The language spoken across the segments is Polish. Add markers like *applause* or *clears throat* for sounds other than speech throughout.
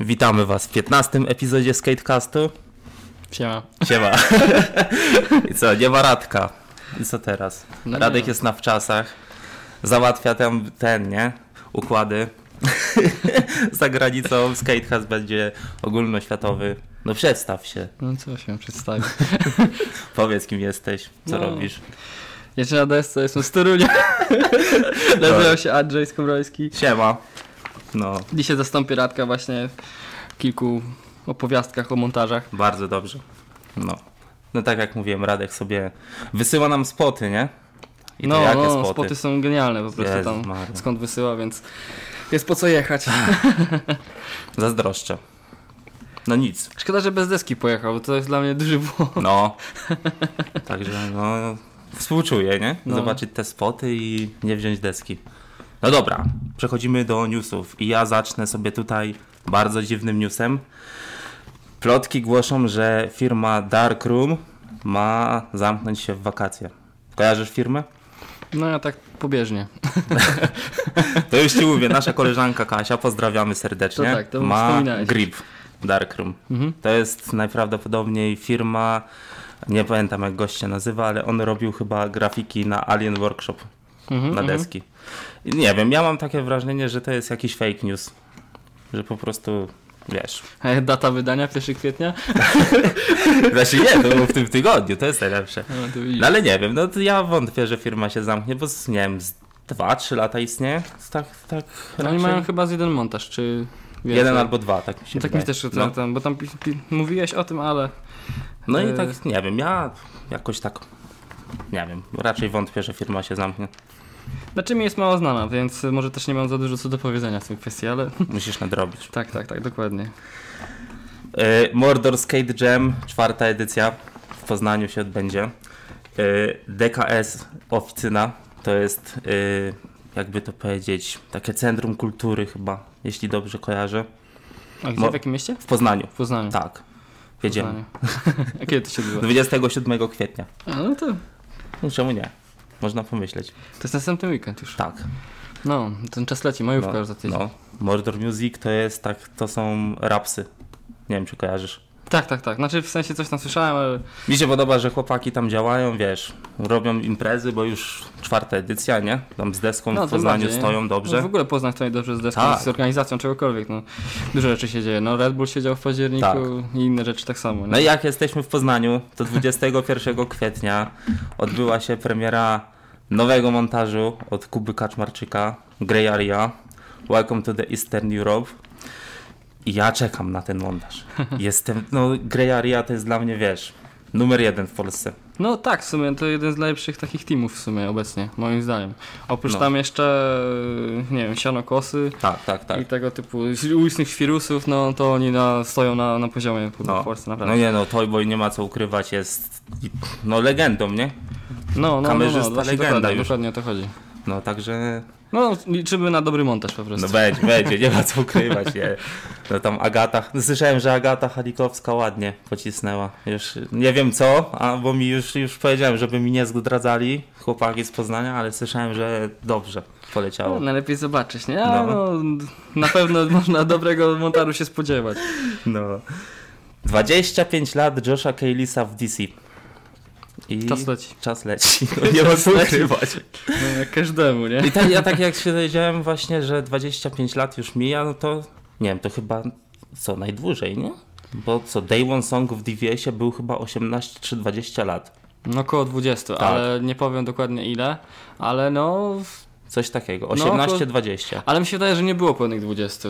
Witamy Was w 15 epizodzie Skatecastu. Siema. Siema. *laughs* I co, nie ma Radka. I co teraz? No nie Radek ma. jest na wczasach. Załatwia tam ten, nie? Układy. *laughs* Za granicą Skatecast będzie ogólnoświatowy. No przedstaw się. No co się przedstawić. Powiedz kim jesteś, co No. robisz. Jeszcze na desce jestem z Torunia. *laughs* Nazywam się Andrzej Skomroński. Siema. No, Dzisiaj zastąpię Radka właśnie w kilku opowiastkach o montażach. bardzo dobrze. No. No tak jak mówiłem, Radek sobie wysyła nam spoty, nie? I to no, jakie no spoty? spoty są genialne po prostu Jezus tam Maria. skąd wysyła, więc jest po co *laughs* jechać. Zazdroszczę. No nic. Szkoda, że bez deski pojechał, bo to jest dla mnie duży błąd. No. Także no. Współczuję, nie? No. Zobaczyć te spoty i nie wziąć deski. No dobra, przechodzimy do newsów. I ja zacznę sobie tutaj bardzo dziwnym newsem. Plotki głoszą, że firma Darkroom ma zamknąć się w wakacje. Kojarzysz firmę? No ja tak pobieżnie. To już ci mówię, nasza koleżanka Kasia, pozdrawiamy serdecznie. To tak, to ma wspominałeś. Mhm. Grip Darkroom. To jest najprawdopodobniej firma, nie pamiętam jak gość się nazywa, ale on robił chyba grafiki na Alien Workshop, Mhm, na deski. I Nie wiem, ja mam takie wrażenie, że to jest jakiś fake news, że po prostu, wiesz, A data wydania 1 kwietnia? znaczy nie, to było w tym tygodniu, to jest najlepsze. No, to No widzisz. ale nie wiem, no to ja wątpię, że firma się zamknie, bo z, nie wiem, z 2-3 lata istnieje, tak, tak No raczej. Oni mają chyba z jeden montaż, czy więcej. Jeden albo dwa, tak mi się No tak mi wydaje. też to no. tam, bo tam pi- pi- mówiłeś o tym, ale no i Yy. tak, nie wiem, ja jakoś tak, nie wiem, raczej wątpię, że firma się zamknie. znaczy mi jest mało znana, więc może też nie mam za dużo co do powiedzenia w tej kwestii, ale *laughs* Musisz nadrobić. tak, tak, tak, dokładnie. Yy, Mordor Skate Jam, czwarta edycja, w Poznaniu się odbędzie. Yy, DKS Oficyna, to jest, yy, jakby to powiedzieć, takie centrum kultury chyba, jeśli dobrze kojarzę, A gdzie, Mo- w jakim mieście? w Poznaniu. W Poznaniu. Tak, w wiedziemy. Poznaniu. *laughs* A kiedy to się odbywa? 27 kwietnia. A, no to, No czemu nie? Można pomyśleć. to jest następny weekend już. Tak. No, ten czas leci, majówka już za tydzień. no. Mordor Music to jest tak, to są rapsy. Nie wiem, czy kojarzysz. Tak, tak, tak, znaczy w sensie coś tam słyszałem, ale Mi się podoba, że chłopaki tam działają, wiesz, robią imprezy, bo już czwarta edycja, nie? Tam z deską no, w tym Poznaniu bardziej, nie? stoją No, dobrze. w ogóle Poznań stoi dobrze z deską, Tak. z organizacją czegokolwiek, no. Dużo rzeczy się dzieje, no Red Bull siedział w październiku Tak. i inne rzeczy tak samo. No i jak jesteśmy w Poznaniu, to 21 kwietnia odbyła się premiera nowego montażu od Kuby Kaczmarczyka, Grey Area, Welcome to the Eastern Europe. I ja czekam na ten *laughs* montaż. Jestem, no Grey Area to jest dla mnie, wiesz, numer jeden w Polsce. No tak, w sumie to jeden z najlepszych takich teamów w sumie obecnie, moim zdaniem. Oprócz No. tam jeszcze, y, nie wiem, siano kosy Tak, tak, tak. i tego typu ulicznych świrusów, no to oni na, stoją na, na poziomie po- w No, Polsce, no naprawdę. nie no, Toyboy nie ma co ukrywać, jest no legendą, nie? No, no, no, no, kamerzysta no właśnie legenda dokładnie, już. dokładnie o to chodzi. No także No, liczymy na dobry montaż po prostu. No będzie, będzie, nie ma co ukrywać. Nie. No tam Agata, słyszałem, że Agata Halikowska ładnie pocisnęła. Już nie wiem co, a bo mi już, już powiedziałem, żeby mi nie zdradzali chłopaki z Poznania, ale słyszałem, że dobrze poleciało. No, najlepiej zobaczyć, nie? Ale No. no. na pewno *laughs* można dobrego montażu się spodziewać. No. 25 lat Josha Kalisa w DC. I Czas leci. Czas leci. No, nie ma co leci. ukrywać. No, jak każdemu, nie? I tak, ja tak jak się dowiedziałem właśnie, że 25 lat już mija, no to nie wiem, to chyba co najdłużej, nie? Bo co, Day One Song w DVS-ie był chyba 18 czy 20 lat. No około 20, Tak. ale nie powiem dokładnie ile, ale no... Coś takiego, No, to- 18-20. Ale mi się wydaje, że nie było pełnych 20.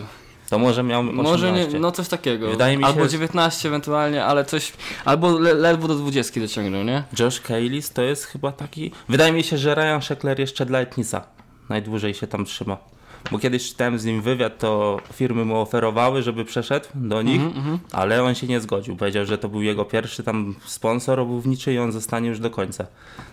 To może miał 18. Może nie, no coś takiego. Wydaje mi się, albo że- 19 ewentualnie, ale coś. Albo le, ledwo do 20 dociągnął, nie? Josh Kalis to jest chyba taki... Wydaje mi się, że Ryan Sheckler jeszcze dla Etnisa najdłużej się tam trzyma. Bo kiedyś czytałem z nim wywiad, to firmy mu oferowały, żeby przeszedł do nich, ale on się nie zgodził. Powiedział, że to był jego pierwszy tam sponsor obuwniczy i on zostanie już do końca.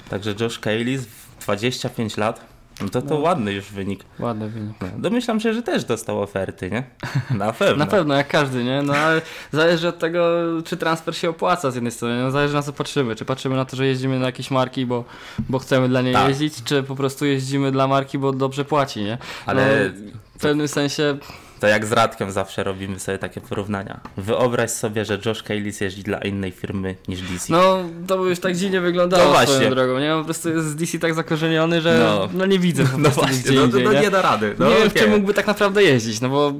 Także Josh Kalis, 25 lat, no to to ładny już wynik. Ładny wynik. No, Domyślam się, że też dostał oferty, nie? *laughs* Na pewno. Na pewno, jak każdy, nie? No ale zależy od tego, czy transfer się opłaca z jednej strony. No, zależy na co patrzymy. Czy patrzymy na to, że jeździmy na jakieś marki, bo, bo chcemy dla niej Tak. jeździć, czy po prostu jeździmy dla marki, bo dobrze płaci, nie? Ale- No, w pewnym sensie To jak z Radkiem zawsze robimy sobie takie porównania. Wyobraź sobie, że Josh Kalis jeździ dla innej firmy niż DC. No, to by już tak dziwnie wyglądało No właśnie. właśnie. swoją drogą, nie? On po prostu jest z DC tak zakorzeniony, że no, No. nie widzę po prostu gdzie indziej, nie? da rady. nie wiem, w czym mógłby tak naprawdę jeździć, no bo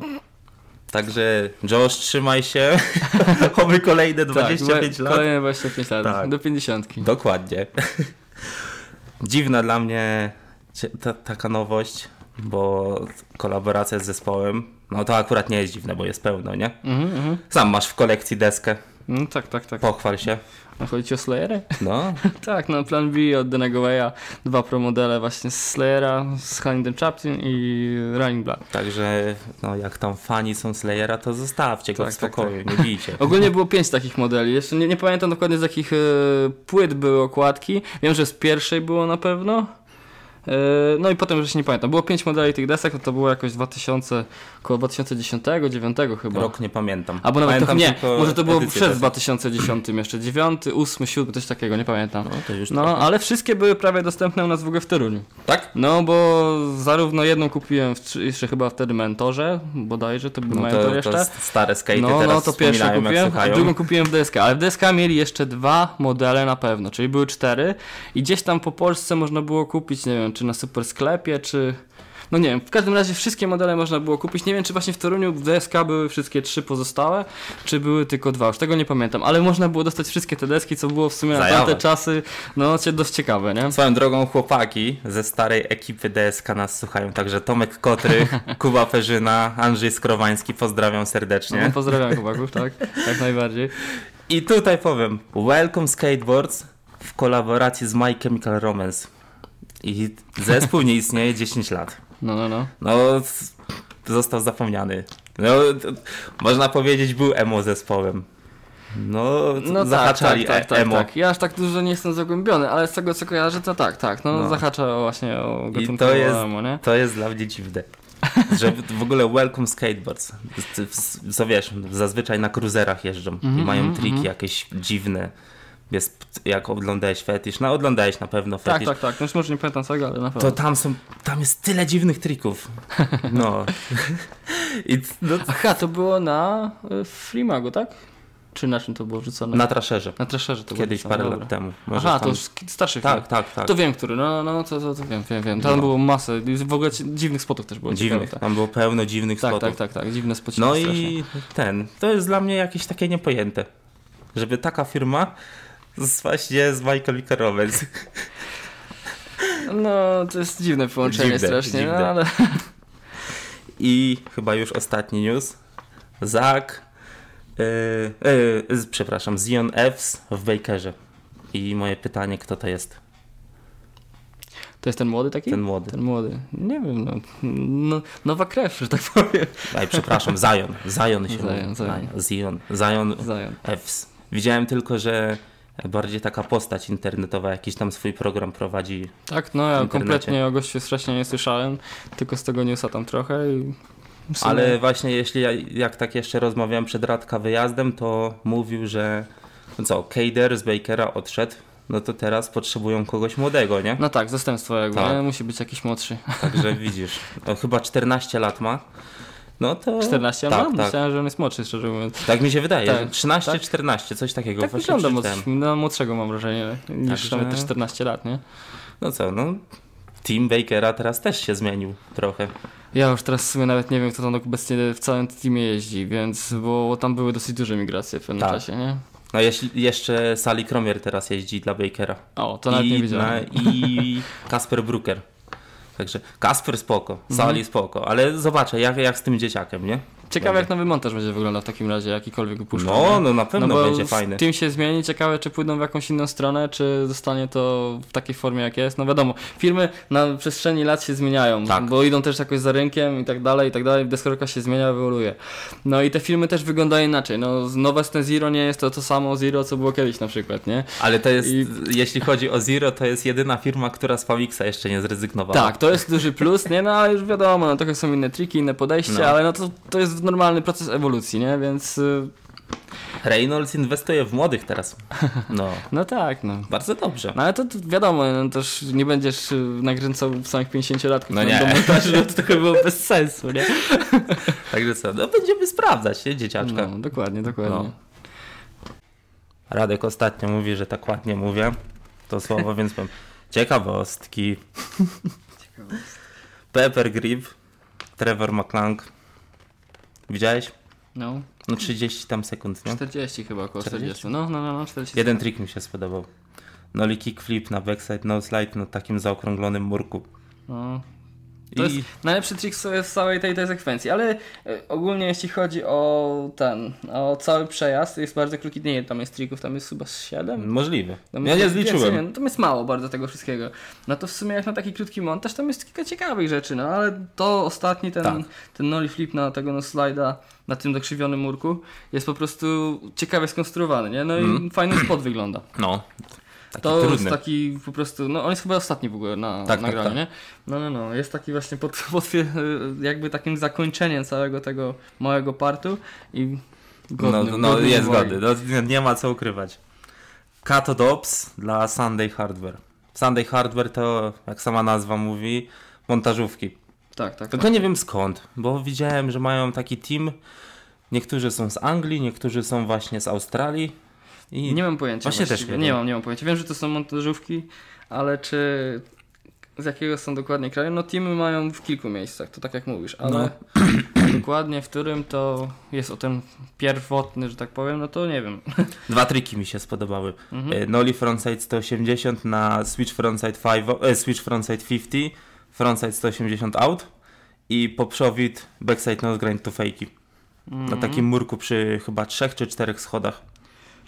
Także Josh, trzymaj się. *laughs* Oby kolejne 25 tak, lat. Kolejne 25 lat, Tak. do 50. Dokładnie. *laughs* Dziwna dla mnie cie- ta, taka nowość, bo kolaboracja z zespołem, no to akurat nie jest dziwne, bo jest pełno, nie? Mhm, mhm. Sam masz w kolekcji deskę, No, tak, tak, tak. pochwal się. A chodzi ci o Slayery? No, tak, no plan B od Danego Waya, dwa promodele właśnie z Slayera, z Huntington Chaplin i Running Blood. także no, jak tam fani są Slayera, to zostawcie go Tak, w tak, spokoju, nie *laughs* bijcie. Ogólnie było pięć takich modeli. Jeszcze nie, nie pamiętam dokładnie z jakich e, płyt były okładki. Wiem, że z pierwszej było na pewno. E, no i potem już nie pamiętam. Było pięć modeli tych desek, no to było jakoś 2000, około 2010, 9 chyba. Rok nie pamiętam. Albo nawet pamiętam to, nie, tylko może to było edycję przed też. 2010 jeszcze, 9, 8, 7, coś takiego, nie pamiętam. No, to już No, ale wszystkie były prawie dostępne u nas w ogóle w Toruniu. Tak? No, bo zarówno jedną kupiłem w, trzy- jeszcze chyba wtedy Mentorze, bodajże, to był No Mentor to, jeszcze. to stare skate No, teraz no to pierwszą wspominają, jak kupiłem, a słuchają. drugą kupiłem w DSK, ale w DSK mieli jeszcze dwa modele na pewno, czyli były cztery i gdzieś tam po Polsce można było kupić, nie wiem, czy na super sklepie, czy... No nie wiem, w każdym razie wszystkie modele można było kupić. Nie wiem, czy właśnie w Toruniu w DSK były wszystkie trzy pozostałe, czy były tylko dwa, już tego nie pamiętam, ale można było dostać wszystkie te deski, co było w sumie na Zajawa. tamte czasy, no cie- dość ciekawe, nie? Swoją drogą chłopaki ze starej ekipy DSK nas słuchają, także Tomek Kotrych, *laughs* Kuba Ferzyna, Andrzej Skrowański, pozdrawiam No, serdecznie. pozdrawiam chłopaków, tak? Jak najbardziej. I tutaj powiem, Welcome Skateboards w kolaboracji z My Chemical Romance. I zespół nie istnieje 10 lat. No, no, no. No, s- został zapomniany. No, t- można powiedzieć, był emo zespołem. No, No zahaczali e- tak, tak, tak, emo. tak. Ja aż tak dużo nie jestem zagłębiony, ale z tego co kojarzę, to tak, tak. No, No. zahacza właśnie o I gatunkowo to jest, emo, nie? to jest dla mnie dziwne. Że w w ogóle welcome skateboards. Z- z- Co wiesz, zazwyczaj na cruzerach jeżdżą i Mhm, mają triki jakieś dziwne. Jest, jak oglądałeś fetisz, no oglądałeś na pewno Tak, fetisz. tak, tak. No, może nie pamiętam całego, ale na pewno. To tam są, tam jest tyle dziwnych trików. *laughs* No. I c- no, Aha, to było na y, Freemagu, tak? Czy na czym to było wrzucone? na traszerze. na Trasherze to było Kiedyś wrzucone, parę dobra. lat temu. Może Aha, tam... to już ki- starszy film. Tak, tak, tak. To wiem, który, no, no, to, to, to wiem, wiem, wiem. Tam No. było masę, i w ogóle ci- dziwnych spotów też było. Dziwnych. ciekawe, Tam było pełno dziwnych Tak, tak, spotów. tak, tak, tak, dziwne spociki No strasznie. i ten, to jest dla mnie jakieś takie niepojęte, żeby taka firma z- właśnie z Michael Romance. No, to jest dziwne połączenie Dziwne, strasznie, dziwne. no ale... I chyba już ostatni news. Zak, yy, yy, z- przepraszam, Zion Fs w Bakerze. I moje pytanie, kto to jest? To jest ten młody taki? Ten młody. Ten młody. Nie wiem, no, no nowa krew, że tak powiem. Aj, przepraszam, Zion. Zion się Zion, mówi. Zion. Aj, Zion. Zion Zion. Fs. Widziałem tylko, że bardziej taka postać internetowa, jakiś tam swój program prowadzi. Tak, no ja internecie. kompletnie o gościu strasznie nie słyszałem, tylko z tego newsa tam trochę i... w sumie- Ale właśnie jeśli ja, jak tak jeszcze rozmawiałem przed Radka wyjazdem, to mówił, że no co, Kader z Bakera odszedł, no to teraz potrzebują kogoś młodego, nie? No tak, zastępstwo jakby, Tak. nie? musi być jakiś młodszy. Także widzisz, no, chyba 14 lat ma. No to 14 tak, tak, no, tak. myślałem, że on jest młodszy, szczerze mówiąc. tak mi się wydaje, Tak, że 13, 14, coś takiego Tak właśnie wygląda przeczytałem. młodszy, no, młodszego mam wrażenie, niż Także- nawet te 14 lat, nie? No co, no Team Bakera teraz też się zmienił trochę. Ja już teraz w sumie nawet nie wiem, kto tam obecnie w całym teamie jeździ, więc, bo tam były dosyć duże migracje w pewnym Tak. czasie, nie? No jeśli jeszcze Sally Kromier teraz jeździ dla Bakera. O, to nawet I, nie wiedziałem. na- I Kasper Brucker. Także Kasper spoko, Mhm. Sali spoko, ale zobaczę jak, jak z tym dzieciakiem, nie? Ciekawe jak nowy montaż będzie wyglądał w takim razie, jakikolwiek upuszczony. No, no na pewno no bo będzie z fajny. Tym się zmieni, ciekawe czy pójdą w jakąś inną stronę, czy zostanie to w takiej formie jak jest. No wiadomo, firmy na przestrzeni lat się zmieniają, Tak. bo idą też jakoś za rynkiem i tak dalej, i tak dalej, deskorolka się zmienia, ewoluuje. No i te firmy też wyglądają inaczej, no z- nowe Stan Zero nie jest to to samo Zero, co było kiedyś na przykład, nie? Ale to jest, I- jeśli chodzi o Zero, to jest jedyna firma, która z Fawixa jeszcze nie zrezygnowała. Tak, to jest duży plus, nie? No ale już wiadomo, no trochę są inne triki, inne podejścia, No. ale no to, to jest normalny proces ewolucji, nie? Więc... y, Reynolds inwestuje w młodych *laughs* teraz. No, No tak, no. bardzo dobrze. No ale to to wiadomo, no, też nie będziesz y, nagręcał samych 50-latków No tam nie. do *laughs* montażu, no to trochę było bez sensu, nie? Także co, no będziemy sprawdzać, nie, dzieciaczka. No, dokładnie, dokładnie. Radek ostatnio mówi, że tak ładnie mówię to słowo, więc powiem ciekawostki. Pepper Grip, Trevor McClung. Widziałeś? No, No 30 tam sekund, nie? 40 chyba, około 40. 40? No, no, no, no 40. No. Jeden trik mi się spodobał. Nolly kickflip na backside no slide na takim zaokrąglonym murku. No. I To jest najlepszy trik w w całej tej, tej sekwencji, ale e, ogólnie jeśli chodzi o ten, o cały przejazd, jest bardzo krótki, nie tam jest trików, tam jest chyba 7? możliwe. Tam Ja jest nie więcej, zliczyłem. No, nie? Tam jest mało bardzo tego wszystkiego. No to w sumie jak na taki krótki montaż, tam jest kilka ciekawych rzeczy, no ale to ostatni ten, Tak. ten nolly flip na tego no slajda, na tym zakrzywionym murku, jest po prostu ciekawie skonstruowany, nie? No i fajny spot *clears throat* wygląda. No, taki To Mhm. trudny. jest tak taki po prostu, no on jest chyba ostatni w ogóle na Tak, tak, nagraniu, tak. nie? No, no, no, jest taki właśnie pod, *laughs* pod, jakby takim zakończeniem całego tego małego partu i godny, no, no godny jest uwagi. zgody, no, nie, nie ma co ukrywać. Kato Dobbs dla Sunday Hardware. Sunday Hardware to, jak sama nazwa mówi, montażówki. Tak, tak. Tylko nie wiem skąd, bo widziałem, że mają taki team. Niektórzy są z Anglii, niektórzy są właśnie z Australii. I Nie mam pojęcia. Właśnie też właściwie. nie nie, wiem. mam, nie mam pojęcia. Wiem, że to są montażówki, ale czy z jakiego są dokładnie kraju? No teamy mają w kilku miejscach, to tak jak mówisz, No. ale *clears throat* dokładnie w którym to jest o ten pierwotny, że tak powiem, no to nie wiem. *laughs* Dwa triki mi się spodobały. Mhm. E, Nolly Frontside 180 na Switch Frontside, 5, e, Switch frontside 50, Frontside 180 out i poprzowit Backside Nose Grind to Fakey. Mhm. Na takim murku przy chyba trzech czy czterech schodach.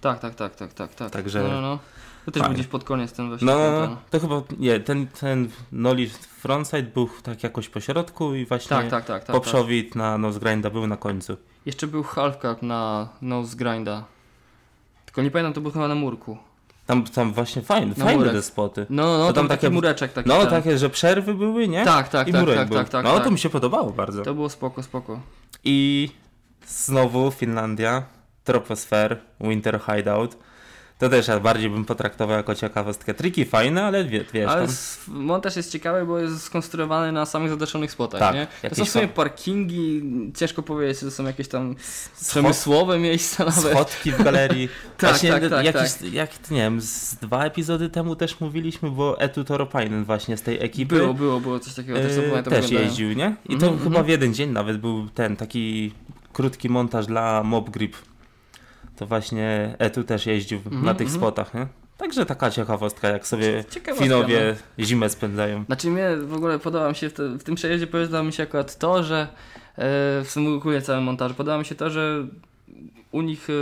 Tak, tak, tak, tak, tak, tak. Także- No, no, no. To też Fajnie. był gdzieś pod koniec ten właśnie. No, ten, no, ten. no, to chyba, nie, ten, ten Nolly Frontside był tak jakoś po środku i właśnie Tak, tak, tak, tak. tak. poprzowit na Nose Grinda był na końcu. Jeszcze był half cup na nose grinda. Tylko nie pamiętam, to był chyba na murku. Tam, tam właśnie fajne, Na fajne murek. te spoty. No, no, To tam, tam taki takie- mureczek taki. No, ten. takie, że przerwy były, nie? Tak, tak, I tak, murek tak, był. tak, tak. no, tak. to mi się podobało bardzo. To było spoko, spoko. I znowu Finlandia, Troposfer, Winter Hideout. To też ja bardziej bym potraktował jako ciekawostkę. Triki fajne, ale wie, wiesz, Ale tam, s- montaż jest ciekawy, bo jest skonstruowany na samych zadaszonych spotach, Tak, nie? To są jakieś w sumie fa- parkingi, ciężko powiedzieć, czy to są jakieś tam przemysłowe miejsca nawet. schodki w galerii. *laughs* Tak, właśnie tak, tak, jakiś, jak, nie wiem, z dwa epizody temu też mówiliśmy, bo Etu Toropainen właśnie z tej ekipy Było, było, było coś takiego, też e, to pamiętam. też oglądałem. jeździł, nie? I to Mhm, mhm. chyba w jeden dzień nawet był ten taki krótki montaż dla Mob Grip. To właśnie Etu też jeździł na Mhm, tych spotach, nie? Także taka ciekawostka, jak sobie Ciekawostka, Finowie zimę spędzają. Znaczy mnie w ogóle podoba mi się w, te, w tym przejeździe podoba mi się akurat to, że e, w sumie ogólnie cały montaż, podoba mi się to, że u nich e,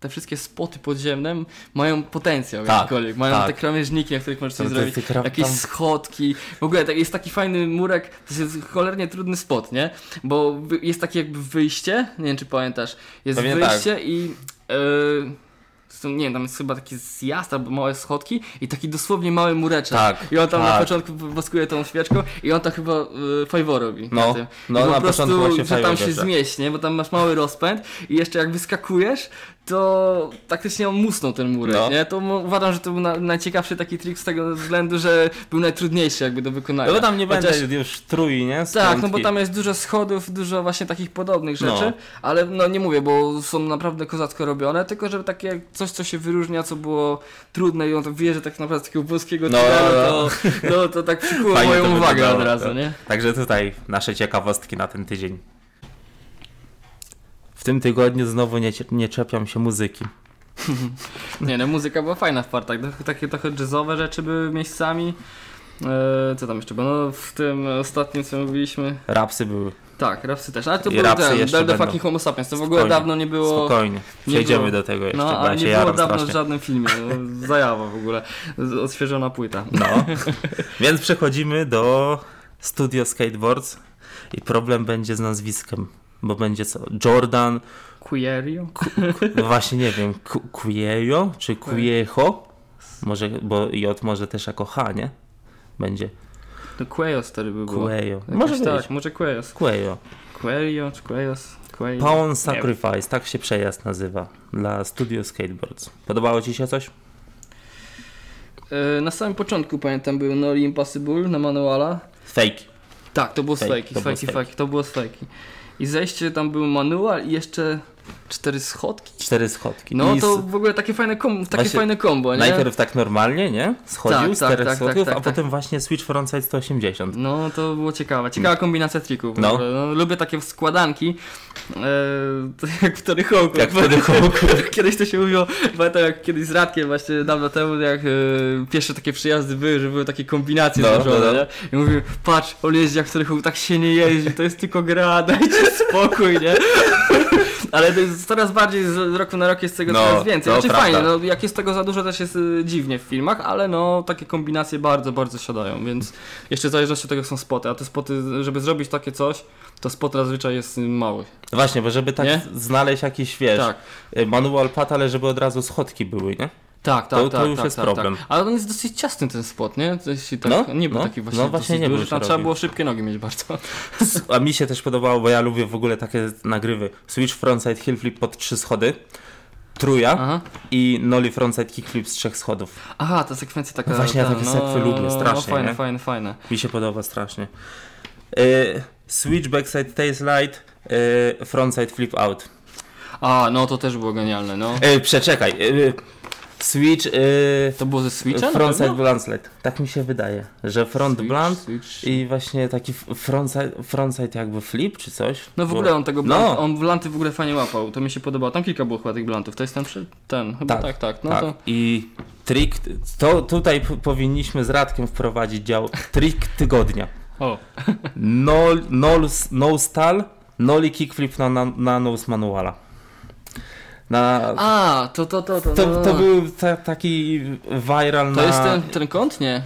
te wszystkie spoty podziemne mają potencjał Tak, jakikolwiek. Mają tak. te krawężniki, na których możesz coś Tam te- zrobić, te kra- jakieś tam- schodki. W ogóle tak, jest taki fajny murek, to jest cholernie trudny spot, nie? Bo wy- jest takie jakby wyjście, nie wiem czy pamiętasz, jest Pewnie tak. wyjście i... e, są- nie wiem, tam jest chyba taki zjazd albo małe schodki i taki dosłownie mały mureczek. Tak, I on tam na tak. początku maskuje tą świeczką i on to chyba y, favoro bi. No, na tym. I no, po na prostu, początku właśnie że tam favor się bierze. zmieść, nie? Bo tam masz mały rozpęd i jeszcze jak wyskakujesz, to taktycznie on musnął ten murek, No. nie? To mo- uważam, że to był na, najciekawszy taki trik z tego względu, że był najtrudniejszy jakby do No wykonania. bo tam nie Chociaż- będę już trój, nie? Z tak, no bo piątki. tam jest dużo schodów, dużo właśnie takich podobnych No. rzeczy, ale no nie mówię, bo są naprawdę kozacko robione, tylko że takie coś, co się wyróżnia, co było trudne i on to wie, że tak naprawdę z takiego włoskiego No, tunelu, no. To, to, to tak przykuło Fajnie moją to uwagę wyglądało, od razu, tak. nie? Także tutaj nasze ciekawostki na ten tydzień. W tym tygodniu znowu nie, cie- nie czepiam się muzyki. Nie, no muzyka była fajna w partach, tak- takie trochę jazzowe rzeczy były miejscami. E, co tam jeszcze było? No w tym ostatnim, co mówiliśmy. Rapsy były. Tak, rapsy też, ale to I był rapsy ten, jeszcze Del de będą. fucking homo sapiens, to w ogóle Spokojnie, dawno nie było... Spokojnie. nie Przejdziemy było- do tego jeszcze, No, bo ja ale się nie było jaram dawno w strasznie. żadnym filmie. no, Zajawa w ogóle. Z- Odświeżona płyta. No, *laughs* więc przechodzimy do Studio Skateboards i problem będzie z nazwiskiem, bo będzie co? Jordan, Queerio? no właśnie nie wiem, Ku- Kujejo czy Kujecho? Może, bo J może też jako H, nie? Będzie No Queos wtedy by było. Kuejo. Jakoś Może tak, być. może Queos. Kuejo. Querio czy Queos? zwykłej. Pawn Nie wiem. Sacrifice, tak się przejazd nazywa dla Studio Skateboards. Podobało Ci się coś? E, Na samym początku pamiętam był No Impossible na manuala. Fake. Tak, to było z Fake, fejki, to z było fejki, z fejki. fejki, to było z fejki. I zejście tam był manual i jeszcze cztery schodki. Cztery schodki. No I to s- w ogóle takie fajne, kom, takie Właśnie fajne kombo, nie? najpierw tak normalnie, nie? Tak, Schodził tak, z czterech tak, schodków, tak, tak, a tak. potem właśnie Switch Frontside 180. No to było ciekawe. Ciekawa kombinacja trików. No. No. No, lubię takie składanki. E, to jak wtedy hołku. Jak *laughs* wtedy hołku. Kiedyś to się mówiło, pamiętam jak kiedyś z Radkiem właśnie dawno temu, jak e, pierwsze takie przyjazdy były, że były takie kombinacje No, złożone, no, no. nie? I mówił, patrz, on jeździ jak wtedy hołku, tak się nie jeździ, to jest tylko gra, *laughs* dajcie spokój, nie? *laughs* Ale to jest coraz bardziej z roku na rok jest tego No, coraz więcej. to Znaczy prawda. fajnie, no jak jest tego za dużo też jest y, dziwnie w filmach, ale no takie kombinacje bardzo, bardzo siadają, więc jeszcze w zależności od tego są spoty, a te spoty, żeby zrobić takie coś, to spot zazwyczaj jest y, mały. Właśnie, bo żeby tak Nie? znaleźć jakiś, wiesz, Tak. y, manual pad, ale żeby od razu schodki były, nie? Tak, tak, To- to tak. już tak, jest tak, problem. Tak. Ale on jest dosyć ciasny ten spot, nie? To jest tak, No, nie był no, taki właśnie, no właśnie dosyć nie był duży, tam szeroki. trzeba było szybkie nogi mieć bardzo. A mi się też podobało, bo ja lubię w ogóle takie nagrywy. Switch Frontside Hill Flip pod trzy schody, truja Aha. i Nolly Frontside Kickflip z trzech schodów. Aha, ta sekwencja taka... No właśnie, ja ta, takie sekwy lubię strasznie, No, fajne, nie? fajne, fajne. Mi się podoba strasznie. Y, switch Backside Tail Slide, y, Frontside Flip Out. A, no to też było genialne, no. Y, przeczekaj. y, switch y, To było ze Switchem? Frontside Blanslide. Tak mi się wydaje, że front blunt Switch. I właśnie taki f- frontside, frontside jakby flip czy coś. No w ogóle on tego blunt, No, on blanty w ogóle fajnie łapał, to mi się podobało. Tam kilka było chyba tych blantów, to jest ten, przy- ten chyba tak, Tak, tak, tak. No tak. to I trik, to tutaj p- powinniśmy z Radkiem wprowadzić dział trik tygodnia. o, No, no, no stal, noli kickflip na, na, na nose manuala. Na, a, to, to, to, to, to, no. to był ta, taki viral to na... jest ten, ten kąt, nie?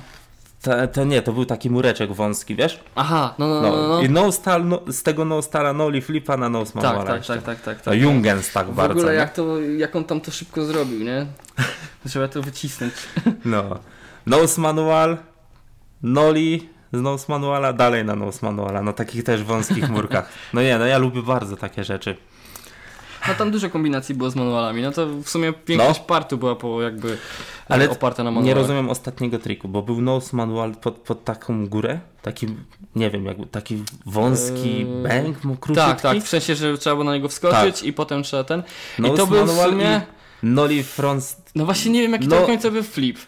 te- to nie, to był taki mureczek wąski, wiesz? Aha, no, no, No, no, no. I no stal, no, z tego no stala noli flipa na nose manuala. tak, tak, jeszcze. tak, tak, tak, To tak. Jungens tak W bardzo. ogóle nie? jak to, jak on tam to szybko zrobił, nie? *laughs* Trzeba to wycisnąć. No. Nose manual, Noli z nose manuala, dalej na nose manuala, na takich też *laughs* wąskich murkach. No nie, no ja lubię bardzo takie rzeczy. No tam dużo kombinacji było z manualami, no to w sumie większość partu była po jakby Ale Ale oparta na Nie manualach. rozumiem ostatniego triku, bo był nose manual pod, pod taką górę, taki, nie wiem, jakby taki wąski Eee, bęk mu króciutki. Tak. Tak, tak, w sensie, że trzeba było na niego wskoczyć i potem trzeba ten. Nose I to był w manual sumie... i Noli front, No właśnie nie wiem jaki No. to do końca był flip.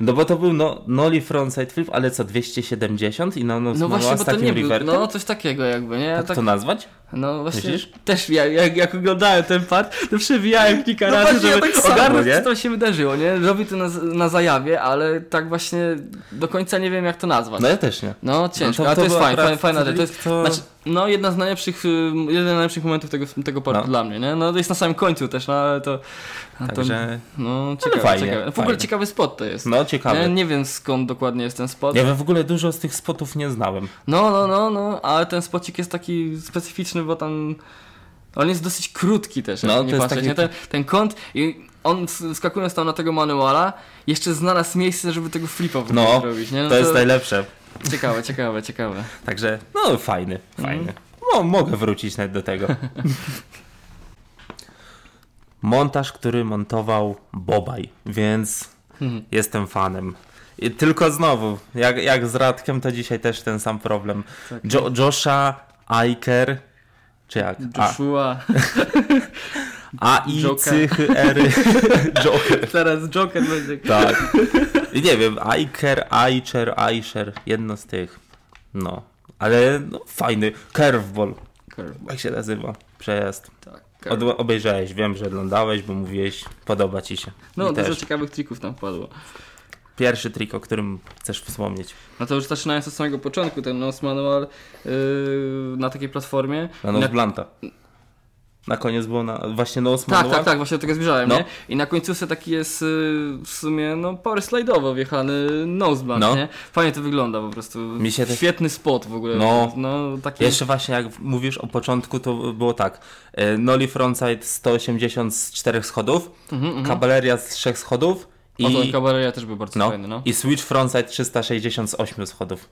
no bo to był no, Noli frontside flip, ale co, 270 i na nose No manual właśnie, z bo to takim nie był, revertem? no coś takiego jakby, nie? tak, Tak, to nazwać? no właśnie, Myślisz? też ja, jak, jak oglądałem ten part, to przewijałem kilka razy, właśnie ja żeby tak samo, ogarnąć, nie? co tam się wydarzyło, nie? Robi to na, na zajawie, ale tak właśnie do końca nie wiem, jak to nazwać. No ja też nie. No ciężko, No to- ale to to jest była fajne, fajne, akurat fajna rzecz. To jest, to- znaczy, no jedna z najlepszych, ym, jeden z najlepszych momentów tego, tego partu No. dla mnie, nie? No to jest na samym końcu też, no ale to... a to Także, No ciekawe, fajnie, ciekawe. W ogóle fajnie. ciekawy spot to jest. no ciekawe. nie, nie wiem skąd dokładnie jest ten spot. Ja w ogóle dużo z tych spotów nie znałem. No, no, no, no, ale ten spocik jest taki specyficzny, bo tam. On jest dosyć krótki też, No, jak to nie jest patrzeć, taki- nie? Ten, ten kąt i on s- skakując tam na tego manuala, jeszcze znalazł miejsce, żeby tego flipa w ogóle No, zrobić, nie? No to, jest tak- najlepsze. Ciekawe, ciekawe, ciekawe. Także, no fajny, Mm. fajny. No, mogę wrócić nawet do *laughs* tego. Montaż, który montował Bobaj, więc Mhm. jestem fanem. I tylko znowu, jak, jak z Radkiem, to dzisiaj też ten sam problem. Tak. Jo Josha, Iker, czy jak? A, Joshua, A I, Joker. Cychy, *laughs* Ery, Joker. teraz Joker będzie. Tak. I nie wiem, Iker, Aicher, Aisher, jedno z tych. No, ale no, fajny. Curveball, Curveball, jak się nazywa? Przejazd. tak. Od, obejrzałeś, wiem, że oglądałeś, bo mówiłeś, podoba ci się. No, I dużo też. ciekawych trików tam padło. Pierwszy trik, o którym chcesz wspomnieć. No to już zaczynając od samego początku, ten Nose Manual yy, na takiej platformie. Na I nos Blanta. Na koniec było na, właśnie nos Tak, manual. tak, tak, właśnie do tego zmierzałem, No. nie? I na końcówce taki jest y, w sumie, no, power slide'owo wjechany noseband, No. nie? Fajnie to wygląda po prostu. Mi się też- Świetny spot w ogóle. No. no taki... Jeszcze właśnie jak mówisz o początku, to było tak. E, Noli frontside 180 z czterech schodów, Mhm, kabaleria z trzech schodów i... O, to kabareria też był bardzo No. fajny, no. I Switch Frontside 368 schodów.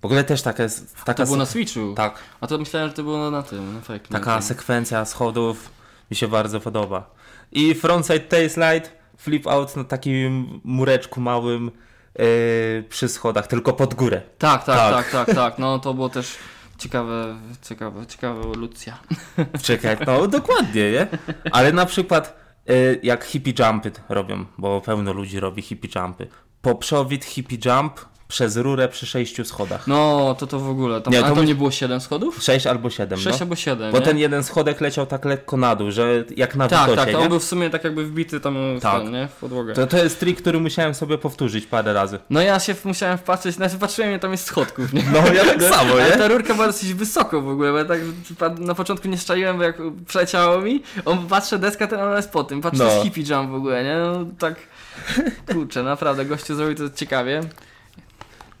W ogóle też taka jest. Taka To było se- na Switchu. Tak. A to myślałem, że to było na tym, na fake. Taka sekwencja schodów mi się bardzo podoba. I frontside tailslide, flip out na takim mureczku małym yy, przy schodach, tylko pod górę. Tak, tak, tak, Tak. tak, tak, No to było też ciekawe, ciekawe, ciekawa ewolucja. Czekaj, no dokładnie, nie? Ale na przykład y, jak hippie jumpy robią, bo pełno ludzi robi hippie jumpy. Poprzowit hippie jump przez rurę przy sześciu schodach. No, to to w ogóle. Tam, Nie, nie, to a tam mu- nie było 7 schodów? Sześć albo siedem, 6 no. albo 7. Bo nie? ten jeden schodek leciał tak lekko na dół, że jak na tak, witosie, tak, to nie? on był w sumie tak jakby wbity tam w, Tak. ten, nie? w podłogę. To, to jest trik, który musiałem sobie powtórzyć parę razy. No ja się musiałem wpatrzeć, znaczy patrzyłem ile tam jest schodków, nie? No ja tak *laughs* samo, Ale nie? ta rurka była dosyć wysoko w ogóle, bo ja tak pa- na początku nie szczaiłem, bo jak przeleciało mi, on patrzę deska, ten ona jest po tym, patrzę No. no. hippie jump w ogóle, nie? No tak, kurczę, naprawdę, gościu zrobił to ciekawie. Tak,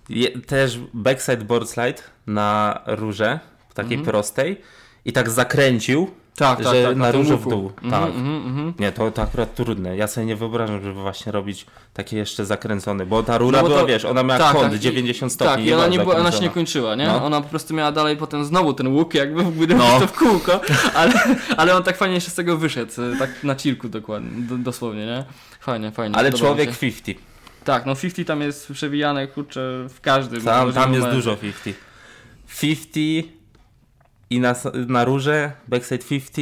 Je, też backside board slide na rurze, takiej prostej. I tak zakręcił, Mhm. Tak, że na tym różu w łuku. dół. Mhm, tak. mhm, mhm. Nie, to, to akurat trudne. Ja sobie nie wyobrażam, żeby właśnie robić takie jeszcze zakręcone, bo ta rura No bo była, to- wiesz, ona miała Tak, kąt tak, i- 90 stopni. Tak, i ona, nie była, ona się nie zakręcona. kończyła, nie? No. Ona po prostu miała dalej potem znowu ten łuk, jakby budował No. to w kółko, ale, ale on tak fajnie jeszcze z tego wyszedł, tak na cirku dokładnie, do, dosłownie, nie? Fajnie, fajnie. Ale podoba mi człowiek się. 50. Tak, no 50 tam jest przewijane, kurczę, w każdym. Tam, tam jest momencie. dużo 50. 50 i na, s- na rurze, backside 50,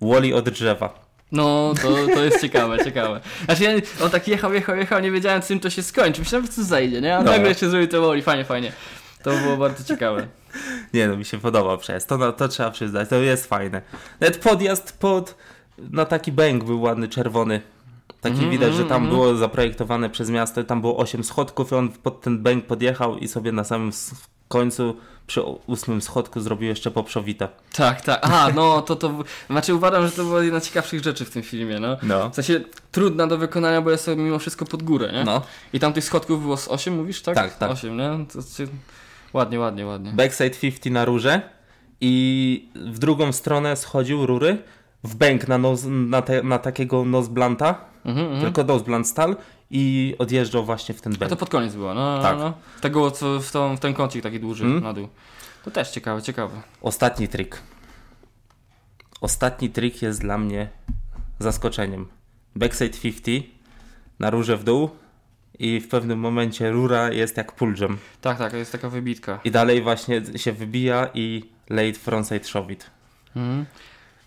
woli od drzewa. No, to, to jest ciekawe, *laughs* ciekawe. Znaczy, ja, on tak jechał, jechał, jechał, nie wiedziałem, czym to się skończy. Myślałem, że co zajdzie, nie? A No. nagle się zrobił to woli, fajnie, fajnie. To było bardzo ciekawe. Nie no, mi się podoba przez to, no, to trzeba przyznać, to jest fajne. Nawet podjazd pod, no taki bęk był ładny, czerwony. Taki widać, że tam było zaprojektowane przez miasto, tam było 8 schodków i on pod ten bęk podjechał i sobie na samym s- końcu przy o- ósmym schodku zrobił jeszcze poprzowita. Tak, tak. Aha, no to to. Znaczy uważam, że to była jedna z ciekawszych rzeczy w tym filmie, no. No. W sensie trudna do wykonania, bo jest to mimo wszystko pod górę, nie? No. I tam tych schodków było z 8, mówisz, tak? Tak, tak. 8, nie? To się... Ładnie, ładnie, ładnie. Backside 50 na rurze i w drugą stronę schodził rury w bęk na, nos, na, te, na takiego nosblanta, Mhm, mhm. tylko nosblant stal i odjeżdżał właśnie w ten A bęk. to pod koniec było, no. Tak. no. Tego, co w, tą, w ten kącik taki dłuży Mm. na dół. To też ciekawe, ciekawe. Ostatni trik. Ostatni trik jest dla mnie zaskoczeniem. Backside 50 na rurze w dół i w pewnym momencie rura jest jak pulżem. Tak, tak, jest taka wybitka. I dalej właśnie się wybija i late frontside showit. Mhm.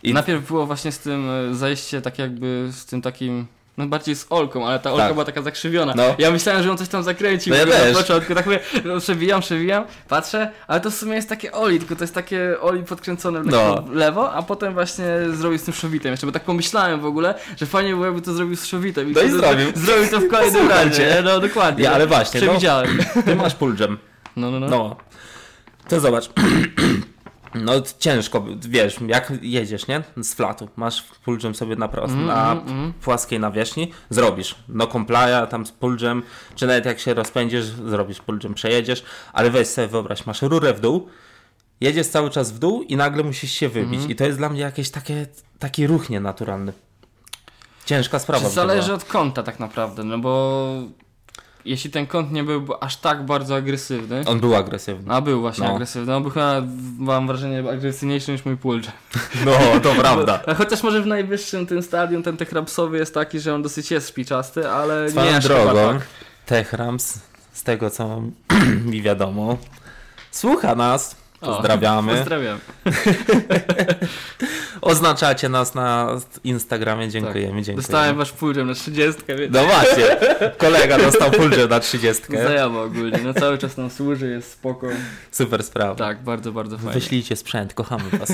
I- Najpierw było właśnie z tym e, zajście tak jakby z tym takim. No bardziej z Olką, ale ta Olka Tak. była taka zakrzywiona. No. Ja myślałem, że on coś tam zakręcił No ja w ogóle też. na początku. Tak mówię, no, przewijam, przewijam, patrzę, ale to w sumie jest takie Oli, tylko to jest takie Oli podkręcone no. No. w lewo, a potem właśnie zrobił z tym szowitem jeszcze, bo tak pomyślałem w ogóle, że fajnie byłoby jakby to zrobił z szowitem. No i wtedy zrobił. *laughs* Zrobił to w kolejnym Posłuchajcie. razie. nie? No dokładnie. Ja, no. ale właśnie, no. Przewidziałem. Ty masz pulżem. No, no, no. No. To zobacz. *clears throat* No ciężko, wiesz, jak jedziesz, nie? Z flatu. Masz pulżem sobie na, prost, na płaskiej nawierzchni, zrobisz. No komplaja tam z pulżem, czy nawet jak się rozpędzisz, zrobisz pulżem, przejedziesz, ale weź sobie wyobraź, masz rurę w dół, jedziesz cały czas w dół i nagle musisz się wybić. I to jest dla mnie jakieś takie, taki ruch nienaturalny. Ciężka sprawa. Czy by to była. zależy od kąta tak naprawdę, no bo jeśli ten kąt nie byłby aż tak bardzo agresywny, On był agresywny. a był właśnie No. agresywny, on był chyba, mam wrażenie, agresywniejszy niż mój pulcz. No, to prawda. A *laughs* Chociaż może w najwyższym tym stadium ten tekrapsowy jest taki, że on dosyć jest spiczasty, ale nie Swoją aż chyba drogą, tak. Techrams, z tego co *clears throat* mi wiadomo, słucha nas. O, Pozdrawiamy. Pozdrawiam. Oznaczacie nas na Instagramie. Dziękujemy, dziękujemy. Tak. Dostałem wasz pulczem na 30, więc No właśnie, kolega dostał pulże na 30. zajawa ogólnie, no cały czas nam służy, jest spoko. Super sprawa. Tak, bardzo, bardzo fajnie. Wyślijcie sprzęt, kochamy was.